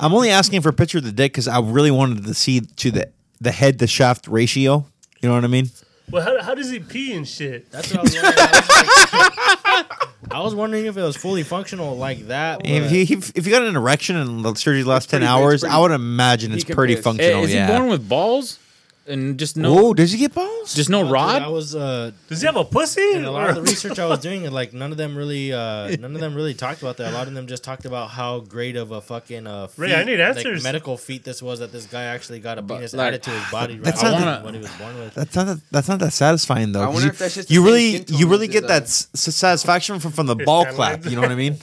A: I'm only asking for a picture of the dick because I really wanted to see to the the head to shaft ratio. You know what I mean?
E: Well, how, how does he pee and shit?
B: That's what I was wondering. I was, like- I was wondering if it was fully functional like that. but
A: If, he, if you got an erection and the surgery lasts ten hours, I would imagine it's
C: can
A: pretty
C: piss.
A: functional.
F: Eh, is
A: yeah.
F: he born with balls and just no,
A: Oh, does he get balls?
F: just no
B: I
F: rod?
B: was uh,
E: Does he have a pussy?
B: in a lot of the research I was doing, and like none of them really, uh, none of them really talked about that. A lot of them just talked about how great of a fucking uh, feat,
E: Ray, I need
B: like,
E: answers.
B: medical feat this was that this guy actually got a penis
F: like,
B: added to his body right
A: that's
B: away
F: not the-
B: when he was born with.
A: That's not that, that's not that satisfying though.
C: I
A: 'cause
C: wonder
A: you,
C: if that's just the
A: you
C: same
A: really
C: skin tone
A: you really
C: as
A: get
C: his
A: that
C: eye.
A: s- s- satisfaction from from the ball
E: kinda
A: clap.
E: like-
A: You know what I mean?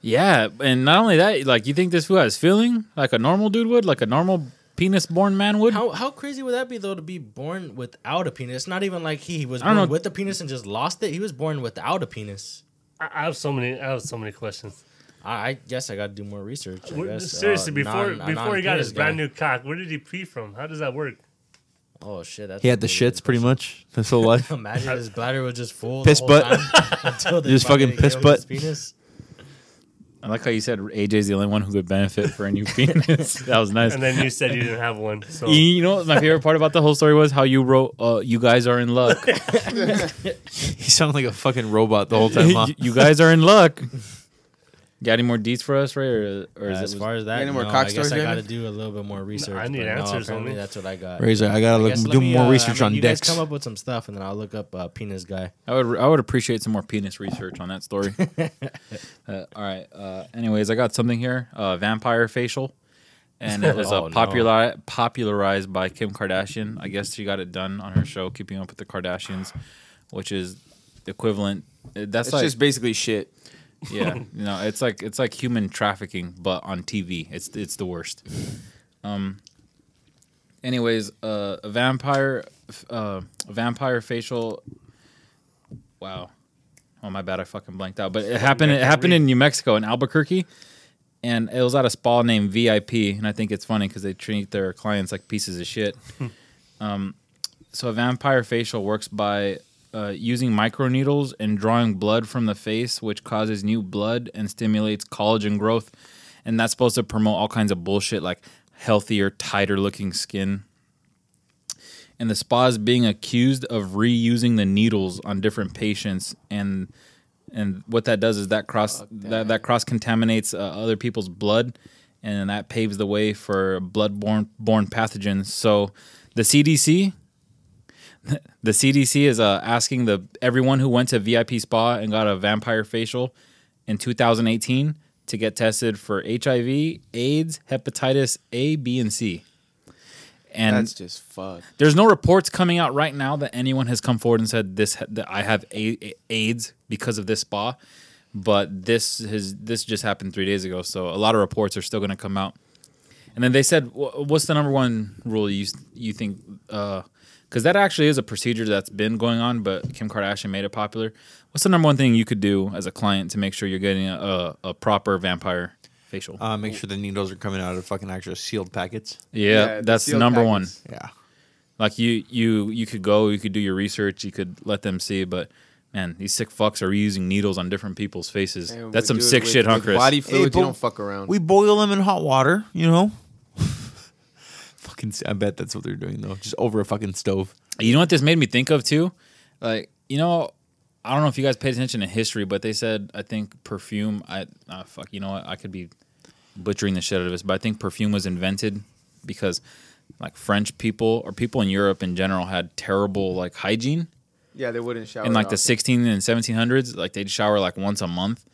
F: Yeah, and not only that, like you think this fool has feeling like a normal dude would, like a normal penis born man would.
B: How how crazy would that be though to be born without a penis? It's not even like he, he was
F: I don't
B: born
F: know.
B: with a penis and just lost it. He was born without a penis.
E: I I have so many. I have so many questions.
B: I, I guess I got to do more research. I
E: Where-
B: guess.
E: seriously,
B: Uh,
E: before
B: non- a
E: before he got
B: non-penis
E: his brand
B: guy.
E: new cock, where did he pee from? How does that work?
B: Oh shit! That's
A: He had
B: a
A: the
B: really
A: shits pretty much his whole life.
B: good- Imagine his bladder was just full.
A: Piss
B: the whole
A: butt.
B: time until they
A: Just fucking
B: finally
A: piss
B: gave him his
A: butt.
B: Penis.
F: I like how you said AJ's the only one who could benefit for a new penis. that was nice.
E: And then you said you didn't have one. So
F: You- You know what my favorite part about the whole story was how you wrote, uh, "You guys are in luck.
A: he sounded like a fucking robot the whole time. huh?
F: you, you guys are in luck." Got any more deets for us, Ray? Or, or is
B: Uh,
F: this
B: as far as that,
C: Any more
B: no, I
C: cock
B: guess
C: stories,
B: I got to
C: Raymond?
B: do a little bit more research.
E: I need
B: but
E: answers,
B: apparently
E: homie.
B: That's what I got.
A: Razor, I gotta
B: I
A: look,
B: guess let
A: do
B: me,
A: more
B: uh,
A: research
B: I mean,
A: on
B: you
A: dicks.
B: Guys come up with some stuff, and then I'll look up uh, penis guy.
F: I would I would appreciate some more penis research on that story. uh, all right. Uh, anyways, I got something here. Uh, vampire facial, and it was
B: Oh,
F: uh,
B: no.
F: popular popularized by Kim Kardashian. I guess she got it done on her show Keeping Up with the Kardashians, which is the equivalent. uh, That's
C: It's
F: like
C: just basically shit.
F: yeah, no, it's like it's like human trafficking, but on TV. It's it's the worst. Um. Anyways, uh, a vampire, f- uh, a vampire facial. Wow. Oh my bad, I fucking blanked out. But it happened. It happened in New Mexico in Albuquerque, and it was at a spa named VIP. And I think it's funny because they treat their clients like pieces of shit. um, so a vampire facial works by uh, using microneedles and drawing blood from the face, which causes new blood and stimulates collagen growth, and that's supposed to promote all kinds of bullshit like healthier, tighter looking skin and the spa is being accused of reusing the needles on different patients and and what that does is that cross that, that cross contaminates uh, other people's blood and that paves the way for bloodborne borne pathogens so the CDC the CDC is uh, asking the everyone who went to VIP spa and got a vampire facial in 2018 to get tested for HIV, AIDS, hepatitis A, B, and C. And
C: That's just fucked.
F: there's no reports coming out right now that anyone has come forward and said this that I have a- A- AIDS because of this spa, but this has this just happened three days ago, so a lot of reports are still going to come out. And then they said, "Wha- "What's the number one rule you s- you think?" Because that actually is a procedure that's been going on, but Kim Kardashian made it popular. What's the number one thing you could do as a client to make sure you're getting a, a, a proper vampire facial?
A: Uh, make sure the needles are coming out of fucking actual sealed packets.
F: yeah,
C: the
F: that's
C: sealed
F: number one.
C: packets.
A: Yeah.
F: Like you you you could go, you could do your research, you could let them see, but. Man, these sick fucks are reusing needles on different people's faces.
C: And
F: That's
C: we
F: some
C: do it
F: sick
C: with-
F: shit, huh,
C: with
F: Chris?
C: Body
A: Hey,
C: fluids,
A: but
C: you don't fuck around.
A: We boil them in hot water, you know? fucking, I bet that's what they're doing, though. Just over a fucking stove.
F: You know what this made me think of too? Like, you know, I don't know if you guys paid attention to history, but they said I think perfume. I ah, fuck. You know what? I could be butchering the shit out of this, but I think perfume was invented because like French people or people in Europe in general had terrible like hygiene
C: yeah, they wouldn't shower.
F: in like the
C: often.
F: 16 and 1700s. Like they'd shower like once a month,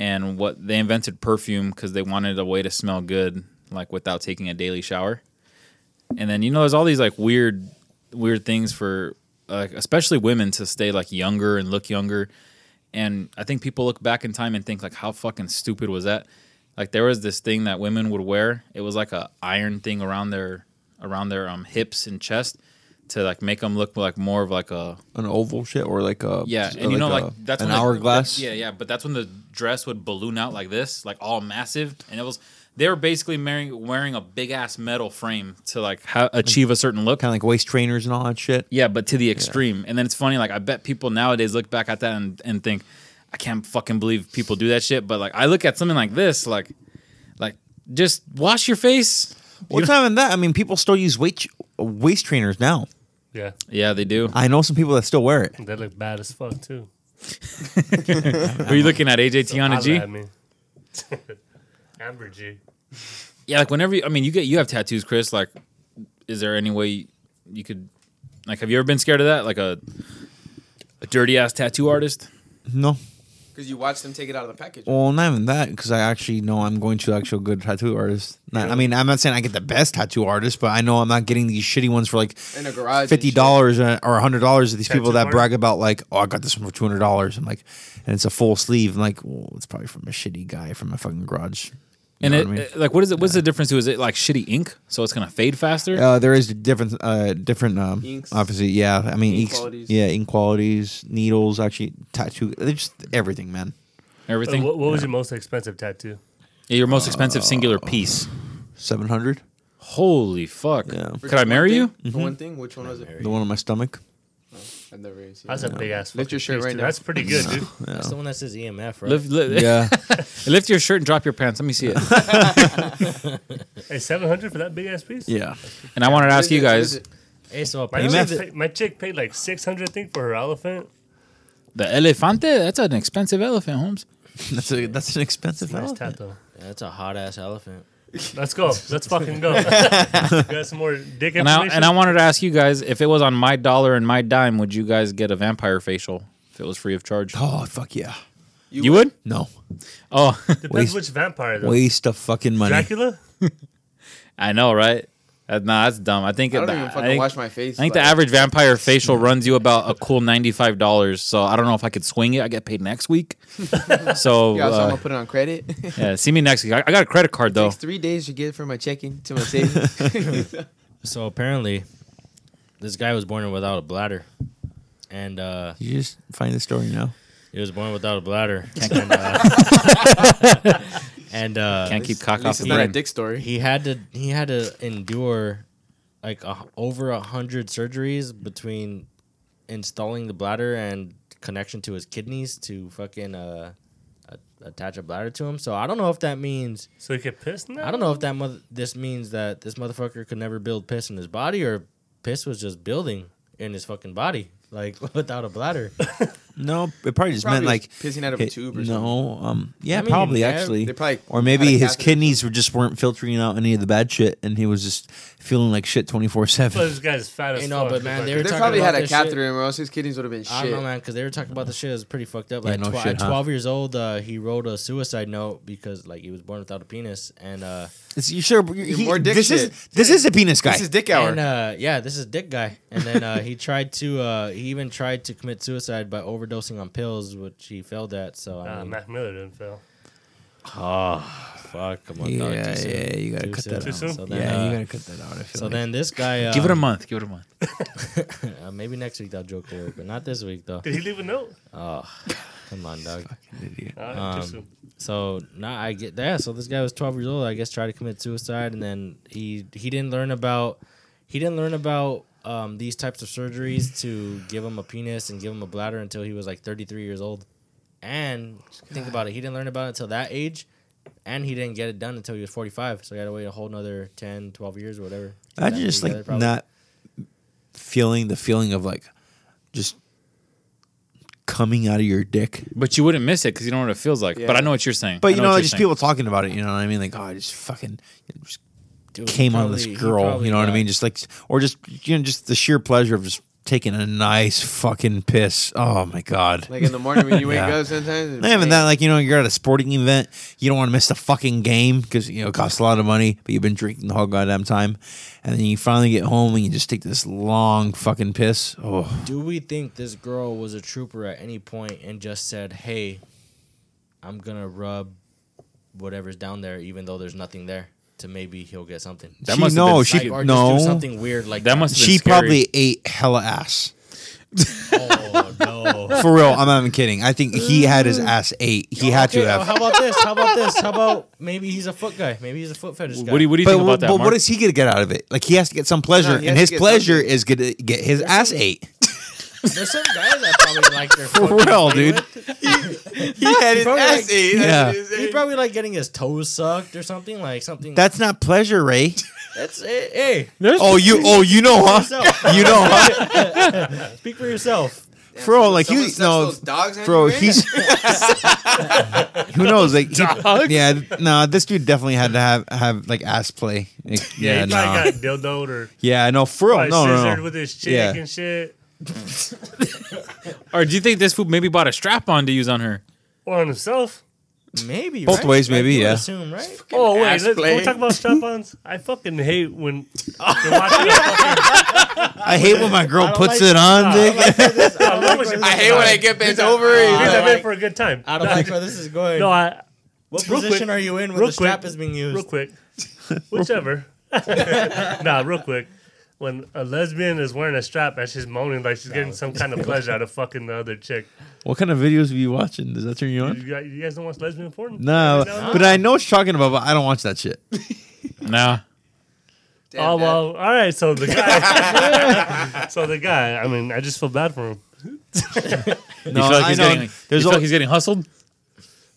F: and what they invented perfume because they wanted a way to smell good like without taking a daily shower. And then you know, there's all these like weird, weird things for like especially women to stay like younger and look younger. And I think people look back in time and think like, how fucking stupid was that? Like there was this thing that women would wear. It was like a iron thing around their around their um hips and chest to like make them look like more of like a
A: An oval shit or like a.
F: yeah,
A: or
F: and you know, like
A: a-
F: that's
A: an
F: when the-
A: hourglass.
F: yeah, yeah, but that's when the dress would balloon out like this, like all massive, and it was they were basically wearing wearing a big ass metal frame to like ha- achieve a certain look.
A: Kind of like waist trainers and all that shit.
F: Yeah, but to the extreme. And then it's funny, like I bet people nowadays look back at that and, and think, I can't fucking believe people do that shit. But like I look at something like this, like like just wash your face.
A: What's happening that? I mean, people still use waist, waist trainers now.
E: Yeah,
F: Yeah, they do.
A: I know some people that still wear it.
E: they look bad as fuck too.
F: Were you looking at AJ Tiana G?
E: Holla at me. Amber G.
F: Yeah, like whenever you, I mean, you get you have tattoos, Chris. Like, is there any way you could, like, have you ever been scared of that? Like a, a dirty ass tattoo artist.
A: No.
C: Because you watch them take it out of the package.
A: Well, not even that, because I actually know I'm going to actual good tattoo artists. Not, I mean, I'm not saying I get the best tattoo artist, but I know I'm not getting these shitty ones for like
C: In a garage and
A: fifty dollars or hundred dollars. These people
E: Tattoo
A: that
E: parlor?
A: brag about like, oh, I got this one for two hundred dollars. I'm like, and it's a full sleeve. I'm like, well, it's probably from a shitty guy from a fucking garage. You
F: And
A: know
F: it,
A: what I mean?
F: it- like, what is it? What's the difference? To is it like shitty ink, so it's gonna fade faster?
A: Uh, there is different, uh, different. Um,
C: Inks.
A: obviously, yeah. I mean,
C: Ink
A: inks,
C: qualities.
A: yeah, ink qualities, needles, actually, tattoo, they're just everything, man.
E: Uh,
F: Everything.
E: What, what was your most expensive tattoo?
F: yeah, your most
A: uh,
F: expensive singular piece.
A: Seven hundred,
F: Holy fuck!
A: Yeah.
F: Could I marry you?
C: The one thing. Which one was it?
A: the one on my stomach.
C: I've never even seen.
E: That's a big ass.
C: Lift
E: fucking
C: your shirt
E: piece,
C: right
E: dude.
C: now.
E: That's pretty good, dude.
B: That's the one that says EMF, right?
F: Lift, lift,
A: Yeah,
F: lift your shirt and drop your pants. Let me see it.
E: Hey, seven hundred for that big ass piece.
A: yeah.
F: And I wanted to
C: What
F: ask
C: is
F: you
C: it? What
F: guys
C: is it?
B: hey, so
E: My
B: apparently,
E: chick,
B: the-
E: paid, my chick paid like six hundred thing for her elephant.
F: the elefante. That's an expensive elephant, Holmes.
A: That's a that's an expensive
E: Nice
A: elephant.
E: tattoo.
B: yeah, that's a hot ass elephant.
E: Let's go. Let's fucking go. got some more dick information.
F: And I and I wanted to ask you guys if it was on my dollar and my dime, would you guys get a vampire facial if it was free of charge?
A: Oh fuck yeah!
F: You would?
A: No
F: Oh,
E: Depends
A: waste-
E: which vampire though.
A: waste of fucking money.
E: Dracula.
F: I know, right? That, nah, that's dumb. I think
C: I don't
F: the,
C: even fucking
F: think,
C: wash my face.
F: I think
C: like-
F: the average vampire facial runs you about a cool ninety five dollars. So I don't know if I could swing it. I get paid next week, so
C: Yeah, so I'm
F: uh,
C: gonna put it on credit. Takes
F: yeah, see me next week. I, I got a credit card though.
C: three days to get from my checking to my savings.
B: So apparently, this guy was born without a bladder, and uh,
A: You just find the story now.
B: he was born without a bladder, and uh, and, uh,
F: Can't keep
C: At
F: cock
C: least
F: off
C: it's not a
F: eating.
C: dick story.
B: he had to he had to endure like a, over a hundred surgeries between installing the bladder and connection to his kidneys to fucking uh, a- attach a bladder to him. So I don't know if that means.
E: So he could piss now.
B: I don't know if that mother this means that this motherfucker could never build piss in his body or piss was just building in his fucking body. Like without a bladder.
A: No, it probably just
C: Probably
A: meant like
C: was pissing out of a tube or
A: no, um, yeah,
B: I mean,
A: probably
B: yeah,
A: actually,
C: they probably
A: or
C: had
A: maybe
C: a
A: his
C: catheter.
A: kidneys were just weren't filtering out any of the bad shit, and he was just feeling like shit twenty four
E: Well,
A: seven.
E: this guy's fat as
B: You know,
E: fuck.
B: but man,
E: Like,
B: they
E: they're
B: were
C: They
B: talking
C: probably
B: about
C: had a
B: this
C: catheter,
B: shit.
C: in or else his kidneys would have been
B: I don't know,
C: shit.
B: man, because they were talking about the shit. It was pretty fucked up.
A: Yeah,
B: Like
A: no
B: tw-
A: shit,
B: at
A: huh?
B: twelve years old, uh, he wrote a suicide note because like he was born without a penis, and uh,
A: It's- You sure? he-
C: Even more dick
A: this
C: shit.
A: is this is a penis guy.
C: This is dick
B: and
C: hour.
B: uh, yeah, this is Dick guy. And then uh, he tried to uh, he even tried to commit suicide by overdosing on pills, which he failed at. So I
E: Uh,
B: mean,
E: Mac Miller didn't fail.
B: fuck. A month out
A: Yeah,
B: too soon.
A: yeah, you gotta
B: Too
A: cut that
B: soon.
A: out.
E: Too
B: So
E: soon?
B: then,
A: yeah,
B: uh,
A: you gotta cut that out. I feel
B: so
A: like.
B: then this guy. Uh,
F: Give it a month. Give it a month.
B: uh, maybe next week that joke will work, but not this week though.
E: Did he leave a note?
B: Oh, come on, dog.
A: Fucking idiot.
E: Uh,
B: Um,
E: too soon.
B: So now I get that. So this guy was 12 years old. I guess tried to commit suicide, and then he he didn't learn about he didn't learn about um, these types of surgeries to give him a penis and give him a bladder until he was like 33 years old. And think about it, he didn't learn about it until that age, and he didn't get it done until he was 45. So he had to wait a whole another 10, 12 years or whatever.
A: I
B: Back
A: just
B: together,
A: like
B: probably.
A: not feeling the feeling of like just coming out of your dick.
F: But you wouldn't miss it because you don't know what it feels like. But
C: Yeah.
F: I know what you're saying.
A: But you
F: I
A: know,
F: what you're
A: just
F: saying.
A: people talking about it. You know what I mean? Like, oh, I just fucking it just
B: Dude, he
A: came on this
B: probably- he
A: girl.
B: probably
A: You know what I
B: got-
A: mean? Just like, or just you know, just the sheer pleasure of just taking a nice fucking piss. Oh my god.
C: Like in the morning when you wake
A: Yeah.
C: up sometimes. it's
A: Not even
C: like-
A: that, like you know, you're at a sporting event, you don't want to miss the fucking game because you know it costs a lot of money, but you've been drinking the whole goddamn time, and then you finally get home and you just take this long fucking piss. Oh,
B: Do we think this girl was a trooper at any point and just said, "Hey, I'm gonna rub whatever's down there, even though there's nothing there, to maybe he'll get something."
F: That
A: she,
F: must have
A: no,
F: been
A: she
B: like, or
A: no,
B: just do something weird like
F: That
B: that.
F: must-
A: she
F: scary.
A: probably ate hella ass.
B: Oh no!
A: For real, I'm not even kidding. I think he had his ass ate. He had to
B: Okay,
A: have.
B: Oh, How about this? How about this? How about maybe he's a foot guy? Maybe he's a foot fetish guy.
F: What do you, what do you
A: but
F: think about that?
A: but
F: Mark?
A: what is he gonna get out of it? Like he has to get some pleasure,
C: No, he has
A: and
C: to
A: his
C: get
A: pleasure
C: something.
A: is gonna get his ass ate.
B: There's some guys that probably like their
A: For
B: foot
A: real, dude.
C: He had his
B: probably
C: ass
B: like-
C: ate.
A: Yeah.
C: That's what
B: He
C: he's saying.
B: probably like getting his toes sucked or something like something.
A: That's not pleasure, Ray.
B: that's it. Hey,
F: There's-
A: Oh, you. Oh, you know, huh?
B: yourself.
A: You know, huh?
B: Speak for yourself.
A: Bro, like
C: Someone
A: you
C: sucks
A: no,
C: those dogs
A: bro,
C: everywhere?
A: he's who knows? Like, he, yeah, th- no, this dude definitely had to have have like ass play. Like,
E: yeah,
A: yeah,
E: he
A: no,
E: probably got dildoed or
A: yeah, no, for real,
E: probably
A: no, no,
E: scissored
A: no.
E: with his chick
A: Yeah.
E: and shit.
F: or do you think this fool maybe bought a strap on to use on her?
E: Or on himself.
B: Maybe
A: Both
B: right?
A: ways,
B: Like,
A: maybe,
B: you would
A: yeah.
B: Assume right.
E: Oh wait,
C: ass
E: let's, can we
C: play.
E: talk about strap-ons? I fucking hate when you're watching. a fucking-
A: I hate when my girl
B: don't
A: puts
B: like-
A: it on.
E: don't
A: dick.
E: I love when she
C: I
E: puts
C: hate
E: it
C: when
E: on.
C: I get bent over.
E: He's
C: and-
B: don't
E: in
B: uh, like-
E: bed for a good time.
B: I don't
E: No,
B: like where this is going.
E: No, I
B: what
E: real
B: position
E: quick-
B: are you in where
E: real
B: the strap
E: quick-
B: is being used?
E: real quick, whichever. nah, real quick. When a lesbian is wearing a strap and she's moaning like she's getting some kind of pleasure out of fucking the other chick,
A: What kind of videos are you watching? Does that turn you
E: you guys, you guys don't watch lesbian porn?
A: No, but I know what you're talking about. But I don't watch that shit.
F: Nah.
C: Damn,
E: Oh
F: uh,
C: that-
E: well, all right. So the guy, so the guy. I mean, I just feel bad for him.
F: No,
A: No, I
F: he's
A: know.
F: Getting,
A: There's
F: you feel
A: al-
F: like he's getting hustled.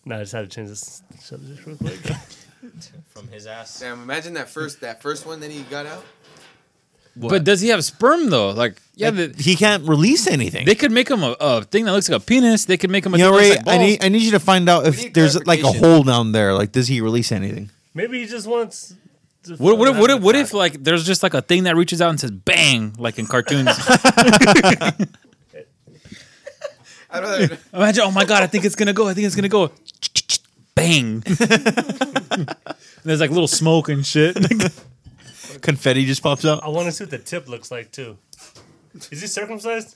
E: No, I just had to change this subject real quick.
B: From his ass.
C: Damn, imagine that first that first one that he got out.
F: But does he have sperm though? Like, yeah,
A: Like,
F: the,
A: he can't release anything.
F: they could make him a, a thing that looks like a penis. They could make him a
A: you know,
F: thing that
A: Ray,
F: looks like
A: I
F: balls.
A: need I need you to find out if
C: need
A: there's like a
C: clarification.
A: hole down there. Like, does he release anything?
E: Maybe he just wants. To
F: What, what, if- what, if- what
E: fucking
F: if like there's just like a thing that reaches out and says bang like in cartoons?
C: I don't know.
F: Imagine, oh my god, I think it's gonna go. I think it's gonna go. Bang! and there's like little smoke and shit.
A: Confetti just pops out.
E: I want to see what the tip looks like too. Is he circumcised?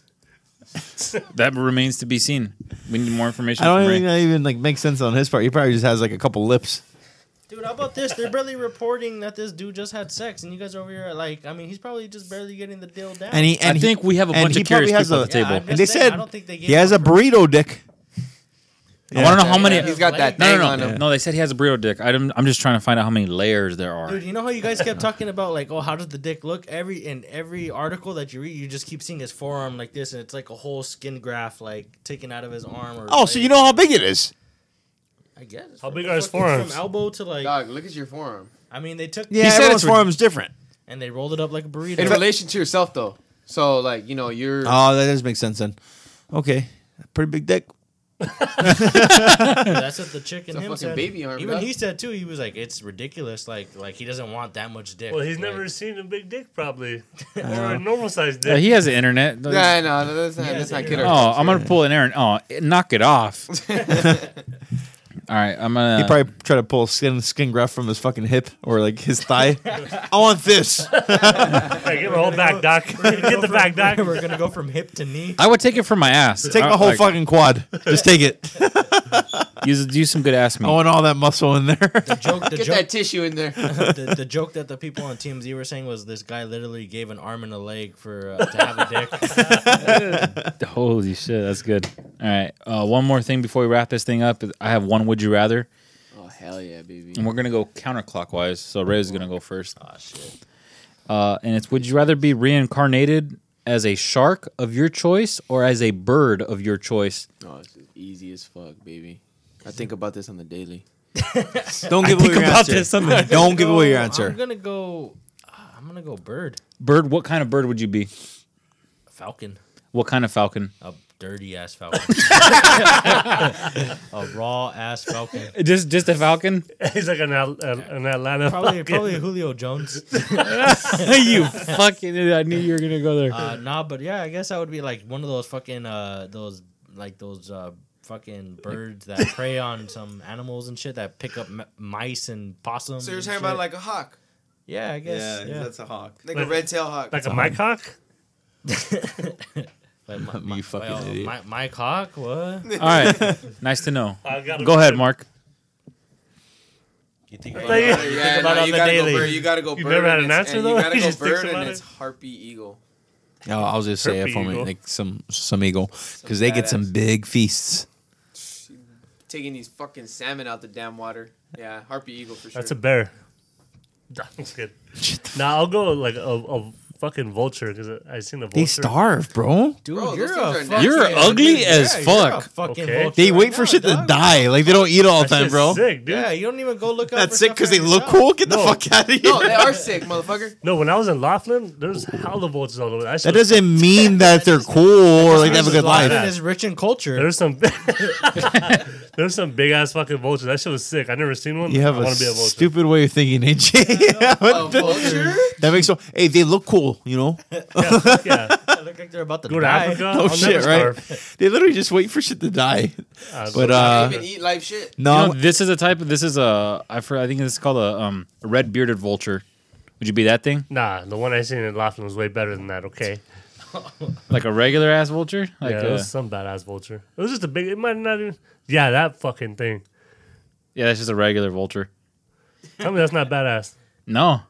F: that remains to be seen. We need more information.
A: I don't
F: from
A: even think
F: Ray.
A: that even like makes sense on his part. He probably just has like a couple lips.
B: Dude, how about this? They're barely reporting that this dude just had sex, and you guys are over here like, I mean, he's probably just barely getting the deal down.
A: And he, and
F: I
A: he-
F: think we have a
A: and
F: bunch
A: he
F: of curious
A: probably has
F: people
A: a-
F: at the
B: Yeah,
F: table.
B: I'm
A: And they
B: just saying,
A: said
B: I don't think they gave
A: he has a
B: him
A: burrito dick.
F: I want to know how
B: Yeah,
F: many.
B: yeah.
C: He's got that
F: No,
C: thing
F: no,
C: on
F: no,
C: him.
F: no. They said he has a burrito dick. I'm, I'm just trying to find out how many layers there are.
B: Dude, you know how you guys kept talking about like, oh, how does the dick look? Every in every article that you read, you just keep seeing his forearm like this, and it's like a whole skin graft like taken out of his arm. Or
A: Oh, so
B: leg.
A: you know how big it is?
B: I guess
E: How
B: from
E: big are his
B: fucking-
E: forearms?
B: From elbow to like,
C: Dog, look at your forearm.
B: I mean, they took
A: he said
F: everyone's
A: his forearm's different.
B: and they rolled it up like a burrito.
C: In relation to yourself, though. So, like, you know, you're.
A: Oh, that does make sense then. Okay, pretty big dick.
B: That's what the chick and
C: a
B: him
C: fucking
B: said.
C: baby arm,
B: Even
C: dog.
B: he said too. He was like, "It's ridiculous. Like, like he doesn't want that much dick."
E: Well, he's
B: Like,
E: never seen a big dick, probably, or a normal sized dick.
F: Yeah, he has the internet.
C: Nah, no, that's not,
B: Yeah,
C: that's not
B: yeah.
C: kid
F: oh, I'm gonna pull an Aaron. Oh, knock it off. All right, I'm gonna.
A: He probably tried to pull a skin skin graft from his fucking hip or like his thigh. I want this.
E: Hey, give him a whole back, Doc.
B: we're gonna
E: Get
B: go
E: the back,
B: from-
E: Doc.
B: We're gonna go from hip to knee.
F: I would take it from my ass.
A: Take
F: I-
A: the whole
F: like,
A: fucking quad. Just take it.
F: Use use some good ass meat.
A: I want all that muscle in there.
B: The joke, the
C: Get
B: joke,
C: that tissue in there.
B: the, the joke that the people on TMZ were saying was this guy literally gave an arm and a leg for uh, to have a dick.
F: Holy shit, that's good. All right, uh, one more thing before we wrap this thing up. I have one would you rather,
C: oh hell yeah, baby.
F: and we're gonna go counterclockwise. So Ray's gonna go first.
B: oh shit!
F: Uh, and it's would you rather be reincarnated as a shark of your choice or as a bird of your choice?
C: Oh, it's easy as fuck, baby. I think about this on the daily.
A: Don't give away your
F: about
A: answer.
F: this on the-
A: Don't give away your
B: Oh,
A: answer.
B: I'm gonna go. ah, I'm gonna go bird,
F: Bird, what kind of bird would you be?
B: falcon,
F: What kind of falcon?
B: a dirty ass falcon, a raw ass falcon.
F: Just just a falcon?
E: He's like an, Al- an an Atlanta.
B: Probably,
E: fucking-
B: probably Julio Jones.
F: you fucking! I knew you were gonna go there.
B: Uh, nah, but yeah, I guess I would be like one of those fucking uh, those like those uh, fucking birds that prey on some animals and shit that pick up m- mice and possums. and shit.
C: a hawk,
B: yeah, I guess yeah.
A: a hawk.
C: like
E: Like-
C: red tail hawk.
E: like a mic hawk.
B: Like, my,
A: You fucking
B: well,
A: idiot.
B: My, my cock? What?
F: All right, nice to know.
E: I gotta-
F: Go ahead, Mark.
B: You think
E: about it?
C: yeah,
E: Think about
C: no,
E: it on
C: you
E: the
C: gotta
E: daily.
C: go bird. You gotta go
E: You've
C: bird.
E: never had
C: and
E: an
C: it's-
E: answer,
C: and
E: though?
C: You
E: He
C: gotta go
E: just thinks
C: bird, and
E: about
C: it's
E: it.
C: harpy eagle.
A: No, I was just say it for me,
E: eagle.
A: like some some eagle, because they get some
C: badass.
A: big feasts.
C: Taking these fucking salmon out the damn water. Yeah, harpy eagle for sure.
E: That's a bear. That's good. Now I'll go like a, a fucking vulture because I seen a vulture.
A: They starve, bro.
B: Dude,
C: Bro,
B: you're a
C: those things are
B: fucking-
C: nasty.
F: You're ugly as
B: you're
F: fuck.
B: a fucking
E: Okay.
B: vulture
A: They
B: right
A: wait for
B: now,
A: shit to
B: dog.
A: die. Like they don't eat all the time,
E: shit's
A: bro.
E: Sick, dude.
B: Yeah, you don't even go look up.
A: That's
B: for
A: sick
B: stuff
A: because they
B: right
A: look
B: now.
A: cool. Get the
E: No.
A: fuck out of here.
C: No, they are sick, motherfucker.
E: No, when I was in Laughlin, there's hella vultures all over. I
A: that
E: should've-
A: doesn't mean that they're cool or like they have a good
B: Laughlin
A: life.
B: is rich in culture.
E: There's some. there's some big ass fucking vultures. That shit was sick. I never seen one.
A: You have
E: I
A: a
E: want to be a vulture.
A: stupid way of thinking, AJ.
C: A vulture?
A: that makes so. Hey, they look cool. You know,
E: Yeah, fuck yeah.
B: they look like they're about to
E: Go to
B: die.
E: Africa.
A: oh
E: I'll
A: shit,
E: never
A: right?
E: starve.
A: They literally just wait for shit to die.
E: Uh,
A: But,
E: go to
C: They
A: uh,
E: Africa.
C: even eat live shit.
A: No,
F: you know, this is a type of this is a I for, I think it's called a um a red bearded vulture. Would you be that thing?
E: nah, the
A: uh,
E: one I seen in Laughlin was way better than that. Okay,
F: Like a regular ass vulture? Like uh,
E: yeah,
F: yeah,
E: it was some badass vulture. It was just a big. It might not even. Yeah, that fucking thing.
F: yeah, that's just a regular vulture.
E: Tell me that's not badass.
F: No.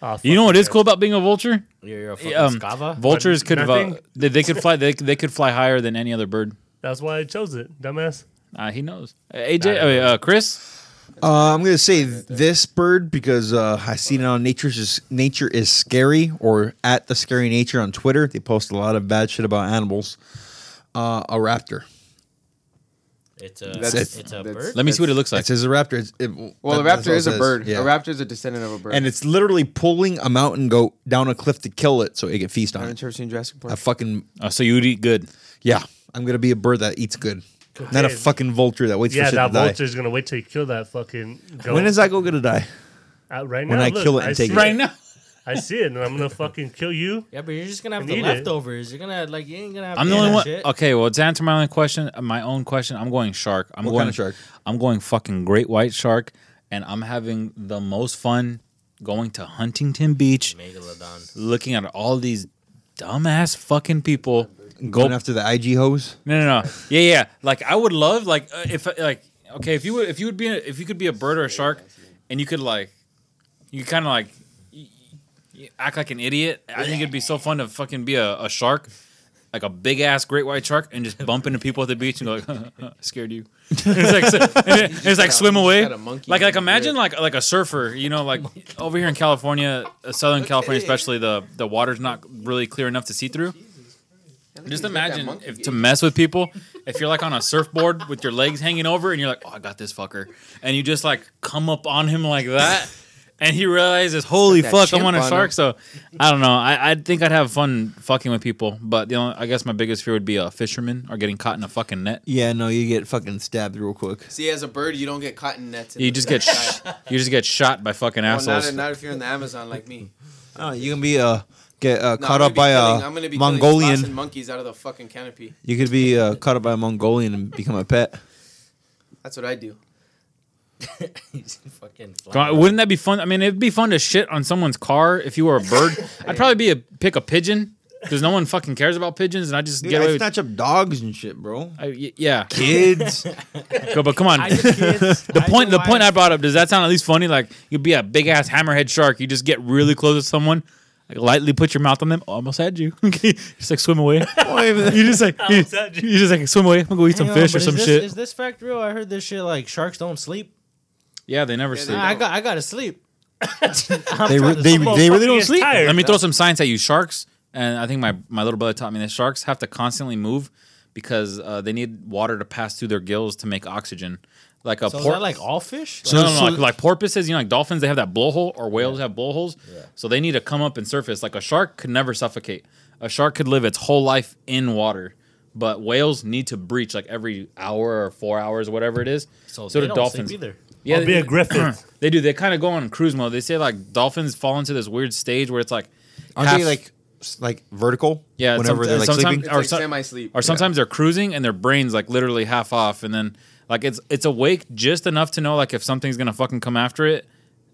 E: Oh, fuck
F: You know what
E: it.
F: is cool about being a vulture?
B: You're, you're a fucking
F: Um,
B: scava.
F: vultures could uh,
E: nothing?
F: they, they could fly they, they could fly higher than any other bird.
E: That's why I chose it, dumbass.
F: Uh, he knows. Uh, AJ, uh, uh, Chris,
A: Uh, I'm gonna say this bird because uh, I seen it on Nature's is, Nature is Scary or at the Scary Nature on Twitter. They post a lot of bad shit about animals. Uh, a raptor.
B: It's uh, a
C: That's-
B: it's a
C: that's-
B: bird.
F: let me see what it looks like.
A: It says a raptor. It's, it,
C: Well,
A: that-
C: a
A: that's
C: raptor
A: all it
C: is a
A: says.
C: bird.
A: Yeah.
C: A raptor is a descendant of a bird.
A: and it's literally pulling a mountain goat down a cliff to kill it so it can feast on
C: haven't
A: it.
C: you ever seen Jurassic Park?
A: A fucking
F: Uh, so you would eat good.
A: yeah. I'm gonna be a bird that eats good, not a
E: Okay.
A: fucking vulture that waits for
E: Yeah,
A: shit
E: that
A: to die.
E: vulture's gonna wait till you kill that fucking. Goat.
A: When is that goat gonna die?
E: Uh, right now?
A: when I
E: look,
A: kill it and
E: I
A: take
E: see
A: it?
F: Right now.
E: I see it, and I'm gonna fucking kill you.
B: Yeah, but you're just gonna have
E: And
B: the
E: eat it.
B: leftovers. You're gonna like you ain't gonna have.
F: I'm the
B: any
F: only
B: of
F: one.
B: that Shit.
F: Okay, well, to answer my own question, uh, my own question, I'm going shark. I'm
A: What
F: going
A: kind of shark?
F: I'm going fucking great white shark, and I'm having the most fun going to Huntington Beach,
B: Megalodon.
F: looking at all these dumbass fucking people.
A: Going after the IG hose?
F: No, no, no. Yeah, yeah. Like I would love, like uh, if like okay, if you would, if you would be, a, if you could be a bird or a shark, and you could like, you kind of like, y- y- act like an idiot. I think it'd be so fun to fucking be a, a shark, like a big ass great white shark, and just bump into people at the beach and go like, scared you. And it's like, so- and it's like
C: got a-
F: swim
C: you
F: away.
C: got a monkey
F: Like, like
C: on your
F: imagine like like a surfer. You know, like over here in California, uh, Southern California, especially the the water's not really clear enough to see through. Just imagine if to mess with people, if you're like on a surfboard with your legs hanging over and you're like, oh, I got this fucker. And you just like come up on him like that. And he realizes,
C: Put
F: holy
C: that
F: fuck, I'm
C: chimp
F: on a
C: on him.
F: shark. So I don't know. I, I think I'd have fun fucking with people. But the only, I guess my biggest fear would be a fisherman or getting caught in a fucking net.
A: Yeah, no, you get fucking stabbed real quick.
C: See, as a bird, you don't get caught in nets. in
F: You
C: the
F: just get sh- you just get shot by fucking
C: Well, not,
F: assholes.
C: not if you're in the Amazon like me.
A: Oh, you can be uh, get uh,
C: No,
A: caught
C: I'm gonna be
A: up by
C: killing- I'm
A: a
C: gonna be killing sloths and
A: Mongolian.
C: monkeys out of the fucking canopy.
A: You could be uh, caught up by a Mongolian and become a pet.
C: That's what I do.
B: He's fucking.
F: God,
B: flying.
F: Wouldn't that be fun? I mean, it'd be fun to shit on someone's car if you were a bird. I'd probably be a pick a pigeon because no one fucking cares about pigeons, and I just
A: Dude,
F: get away
A: I
F: with.
A: snatch up dogs and shit, bro.
F: I, y- yeah,
A: Kids.
F: go, but come on.
B: I get kids,
F: the
B: I
F: point,
B: know
F: the point
B: why-
F: I brought up. Does that sound at least funny? Like you'd be a big ass hammerhead shark. You just get really close to someone, like lightly put your mouth on them. Oh, Almost had you. just like swim away.
A: Wait a minute.
F: you just like you,
E: Almost had you.
F: you just like swim away. I'm gonna go eat some
B: Hang on,
F: fish
B: but
F: or
B: is
F: some
B: this-
F: shit.
B: Is this fact real? I heard this shit like sharks don't sleep.
F: yeah, they never
C: they
F: sleep.
B: Nah, I got I gotta sleep.
A: They, re- they,
E: Well,
A: they really
E: fucking
A: don't
E: is
A: sleep.
E: tired.
F: Let me throw some science at you. Sharks, and I think my, my little brother taught me that sharks have to constantly move because uh, they need water to pass through their gills to make oxygen. Like a
B: So
F: porpoise.
B: is that like all fish?
F: So,
B: Like,
F: no, no,
A: so-
F: like, like porpoises, you know, like dolphins, they have that blowhole, or whales have blowholes. So they need to come up and surface. Like a shark could never suffocate. A shark could live its whole life in water, but whales need to breach like every hour or four hours, whatever it is.
B: so
F: So,
B: they
F: do
B: don't
F: dolphins.
B: sleep either.
F: Yeah,
E: I'll be
F: they-
E: a griffin.
F: they do. They kind of go on cruise mode. They say like dolphins fall into this weird stage where it's like,
A: Aren't
F: half-
A: they like s- like vertical?
F: Yeah, it's
A: whenever
F: some-
A: they're like
F: sometimes-
A: sleeping.
F: Or
C: It's like
F: some-
C: semi sleep.
F: or sometimes they're cruising and their brains like literally half off, and then like it's it's awake just enough to know like if something's gonna fucking come after it,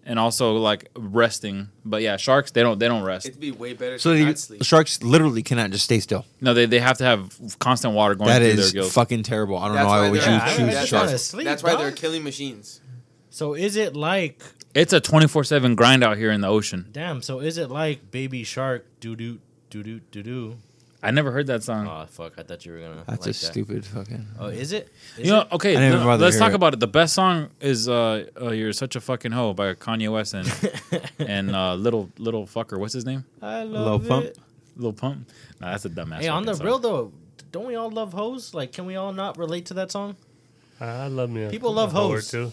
F: and also like resting. But yeah, sharks they don't they don't rest.
C: It'd be way better
A: So
C: to
A: they,
C: not sleep.
A: sharks literally cannot just stay still.
F: No, they they have to have constant water going
A: That
F: through
A: is
F: their gills.
A: fucking terrible. I don't
C: That's
A: know why
C: why
A: would
C: they're-
A: you
B: I- I
A: choose
B: just
A: sharks.
B: wanna
A: sharks.
B: sleep,
C: That's why they're
B: dog.
C: killing machines.
B: So is it like
F: it's a twenty four seven grind out here in the ocean.
B: damn? So is it like baby shark doo doo doo doo doo doo?
F: I never heard that song.
B: Oh fuck! I thought you were gonna.
A: That's
B: like
A: a
B: that.
A: stupid fucking.
B: Oh, is it? Is
F: you know,
B: it?
F: okay,
A: I didn't
F: no,
A: even bother to
F: let's
A: hear
F: talk
A: it.
F: about it. The best song is uh, uh "You're Such a Fucking Hoe" by Kanye West and and uh, little little fucker. What's his name?
B: I
A: Lil
B: love it.
A: Pump?
F: Little Pump. Nah, that's a dumbass.
B: Hey, on
F: fucking
B: the
F: song.
B: real though, don't we all love hoes? Like, can we all not relate to that song?
E: Uh, I love me. a-
B: People love
E: a hoe or
B: hoes.
E: two.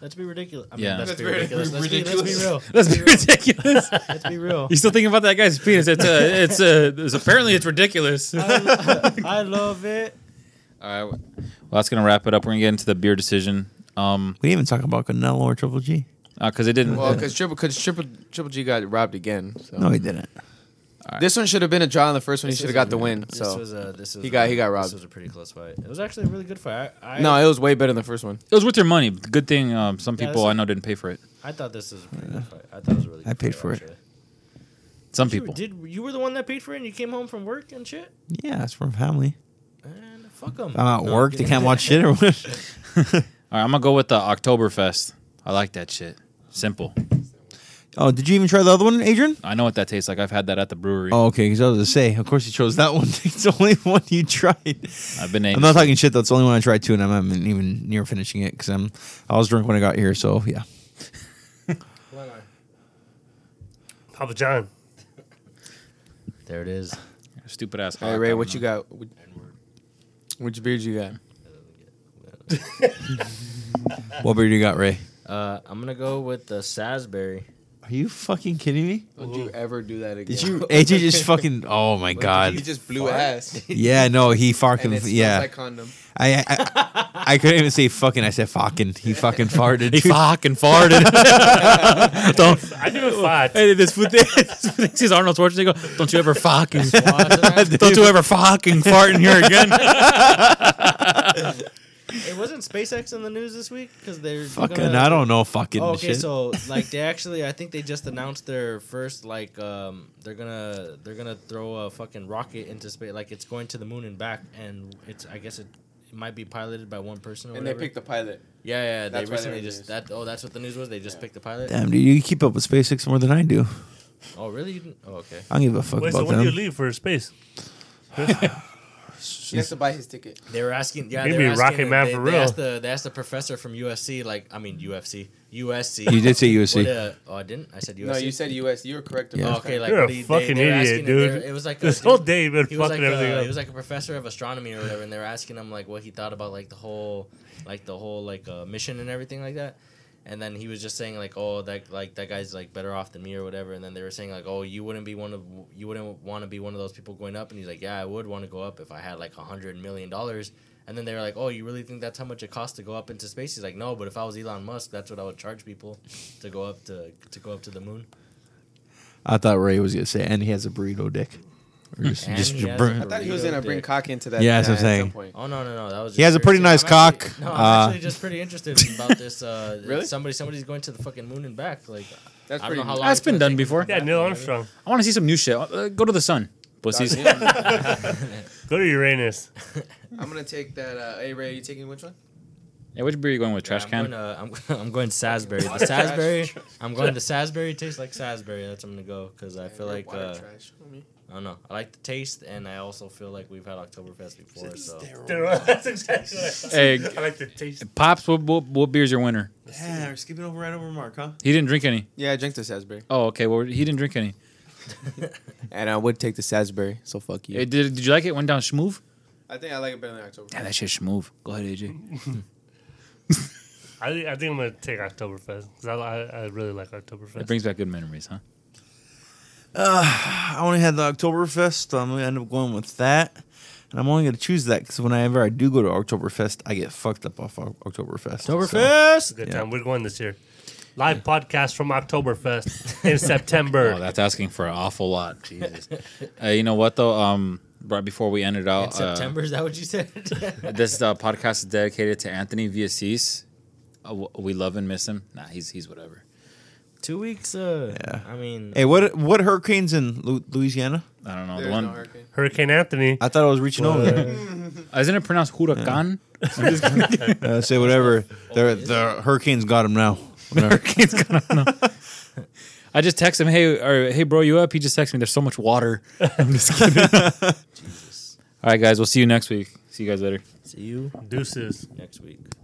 B: Let's be ridiculous. I
F: Yeah.
B: mean, let's
C: That's
B: be
C: very
B: ridiculous. Let's be, let's be
C: ridiculous.
B: real.
F: Let's be ridiculous.
B: Let's be real.
F: you still thinking about that guy's penis? It's uh, it's uh, it's apparently it's ridiculous. All right,
B: I love it.
F: well, that's gonna wrap it up. We're gonna get into the beer decision. Um,
A: We didn't even talk about Canelo or Triple G.
F: because it didn't.
C: Well, because triple, cause triple, triple G got robbed again. So.
A: No, he didn't.
C: This one should have been a draw on the first one.
B: This
C: he should
B: was
C: have
B: a-
C: got the win.
B: This
C: So
B: was a, this was
C: He got-
B: a-
C: he got robbed.
B: This was a pretty close fight. It was actually a really good fight. I, I,
C: no, it was way better than the first one.
F: It was worth your money. Good thing um, some
B: Yeah,
F: people
B: that's-
F: I know didn't pay for it.
B: I thought this was a pretty good fight. I thought it was a really. Good
A: I paid
B: fight,
A: for it.
B: actually.
F: Some
B: You
F: people.
B: did. You were the one that paid for it. and You came home from work and shit.
A: Yeah, it's from family.
B: And fuck them.
A: I'm at work. They can't watch shit or what?
F: All right, I'm gonna go with the Oktoberfest. I like that shit. Simple.
A: Oh, did you even try the other one, Adrian?
F: I know what that tastes like. I've had that at the brewery.
A: Oh, okay. Because I was gonna say, of course you chose that one. it's the only one you tried.
F: I've been.
A: I'm not talking shit. That's the only one I tried too, and I'm not even near finishing it because I'm I was drunk when I got here. So yeah,
E: Papa John.
B: There it is.
F: stupid ass.
C: Hey Ray, what you got? What- Which beard you got?
A: what beer do you got, Ray?
B: Uh, I'm gonna go with the Salisbury.
A: Are you fucking kidding me?
C: Would you ever do that again?
A: Did you? AJ just fucking. Oh my god.
C: He just blew ass.
A: Yeah, no, he
C: and
A: fucking.
C: it smells
A: Yeah,
C: like condom.
A: I, I I- I couldn't even say fucking. I said fucking. He fucking farted.
F: He
A: dude.
F: fucking farted. Don't.
E: I give it five.
F: Hey, this food thinks he's Arnold Schwarzenegger. Don't you ever fucking. Don't you ever fucking fart in here again.
B: It wasn't SpaceX in the news this week because they're
A: Fucking.
B: gonna-
A: I don't know fucking
B: Oh, okay,
A: shit.
B: so like they actually, I think they just announced their first like um they're gonna they're gonna throw a fucking rocket into space like it's going to the moon and back and it's I guess it, it might be piloted by one person or
C: And they
B: whatever.
C: picked the pilot.
B: yeah yeah they
C: That's why
B: recently
C: they're
B: just
C: in the
B: that oh that's what the news was they just picked the pilot
A: Damn, dude, you keep up with SpaceX more than I do.
B: oh really you didn't oh okay
A: I don't give a fuck
E: Wait, so
A: about
E: when do you
A: them.
E: leave for space?
C: He has to buy his ticket.
B: they were asking yeah
E: You'd
B: they
E: be
B: were asking,
E: Rocket Man
B: they,
E: for
B: they
E: real.
B: asked the they asked the professor from USC like I mean UFC USC
A: You did say USC.
B: What, uh, oh I didn't I said USC
C: No, you said US. You were correct.
A: Yeah.
C: About
B: Oh,
C: that.
B: okay, like
E: You're a
B: they- they-
E: fucking
B: they were
E: idiot,
B: asking him- they were-
E: dude.
B: It was like a-
E: This whole day you've been
B: he was
E: fucking
B: like
E: everything
B: a,
E: up.
B: he was like a professor of astronomy or whatever, and they were asking him like what he thought about like the whole like the whole like uh, mission and everything like that. And then he was just saying like, oh, that like that guy's like better off than me or whatever. And then they were saying like, oh, you wouldn't be one of you wouldn't want to be one of those people going up. And he's like, yeah, I would want to go up if I had like a hundred million dollars. And then they were like, oh, you really think that's how much it costs to go up into space? He's like, no, but if I was Elon Musk, that's what I would charge people to go up to to go up to the moon.
A: I thought Ray was gonna say, and he has a burrito dick. Or just,
B: Hmm. And
A: just
B: he has a
A: bur-
C: I thought he was
B: Burrito
C: gonna bring
B: dick.
C: cock into that.
A: Yeah, that's
C: guy
A: what I'm
C: at
A: saying.
C: some point.
B: Oh no no no! That was. Just
A: He has a pretty
B: curious.
A: nice
B: I'm actually-
A: cock.
B: no, I'm
A: Uh,
B: actually just pretty interested about this. Uh,
C: Really?
B: Somebody, somebody's going to the fucking moon and back. Like,
C: That's
B: I don't
C: pretty.
B: know how long.
F: That's
B: it's gonna
F: been done
B: take him to
F: before.
B: come
E: Yeah,
B: back,
E: Neil
B: whatever.
E: Armstrong.
F: I want to see some new shit. Uh, go to the sun. Pussies.
C: Goddamn.
E: Go to Uranus.
C: I'm gonna take that. Uh, hey Ray, you taking which one?
F: Yeah, which beer are you going with? Trash
B: I'm
F: can?
B: Going, uh, I'm, I'm going Salisbury. The
C: Water trash.
B: Salisbury. I'm going to Salisbury. Tastes like Salisbury. That's what I'm gonna go because I feel like
C: Water
B: uh,
C: trash. homie.
B: I don't know. I like the taste, and I also feel like we've had Oktoberfest before. So
E: That's exactly what I thought.
F: Hey.
E: I like the taste.
F: Pops, what, what, what beer's your winner?
A: Yeah, we're skipping over right over Mark, huh?
F: He didn't drink any.
C: Yeah, I drank the Salisbury,
F: Oh, okay. Well, he didn't drink any.
C: and I would take the Salisbury. So fuck you.
F: Eh, did, did you like it? Went down schmoove?
C: I think I like it better than October.
F: Yeah, that shit schmoove. Go ahead, AJ.
E: I, thi- I think I'm gonna take Oktoberfest because I, I I really like
F: It
E: Oktoberfest.
F: brings back good memories, huh?
A: I only had the Oktoberfest. I'm gonna end up going with that, and I'm only gonna choose that because whenever I do go to Oktoberfest, I get fucked up off O- Oktoberfest.
E: It's a
A: Oktoberfest.
E: good
A: Yeah.
E: time. We're going this year. Live podcast from Oktoberfest in September.
F: Oh, that's asking for an awful lot. Jesus. uh, you know what though? Um, right before we ended out,
A: Uh,
B: in September, is that what you said?
F: Uh, this uh, podcast is dedicated to Anthony Viasis. Uh, w- we love and miss him. Nah, he's he's whatever.
B: Two weeks. Uh,
A: Yeah.
B: I mean,
A: Hey, what what hurricanes in Lu- Louisiana?
F: I don't know
C: There's
F: the one.
C: no hurricane.
E: Hurricane Anthony.
A: I thought I was reaching over.
B: uh,
A: there.
F: Isn't it pronounced huracan?
A: Uh, say whatever. The the hurricanes got him now. Whatever.
F: Hurricane's gonna know. I just text him, hey, or, hey, bro, you up? He just texted me. There's so much water. I'm just kidding. All right, guys, we'll see you next week. See you guys later.
B: see you
E: Deuces.
B: next week.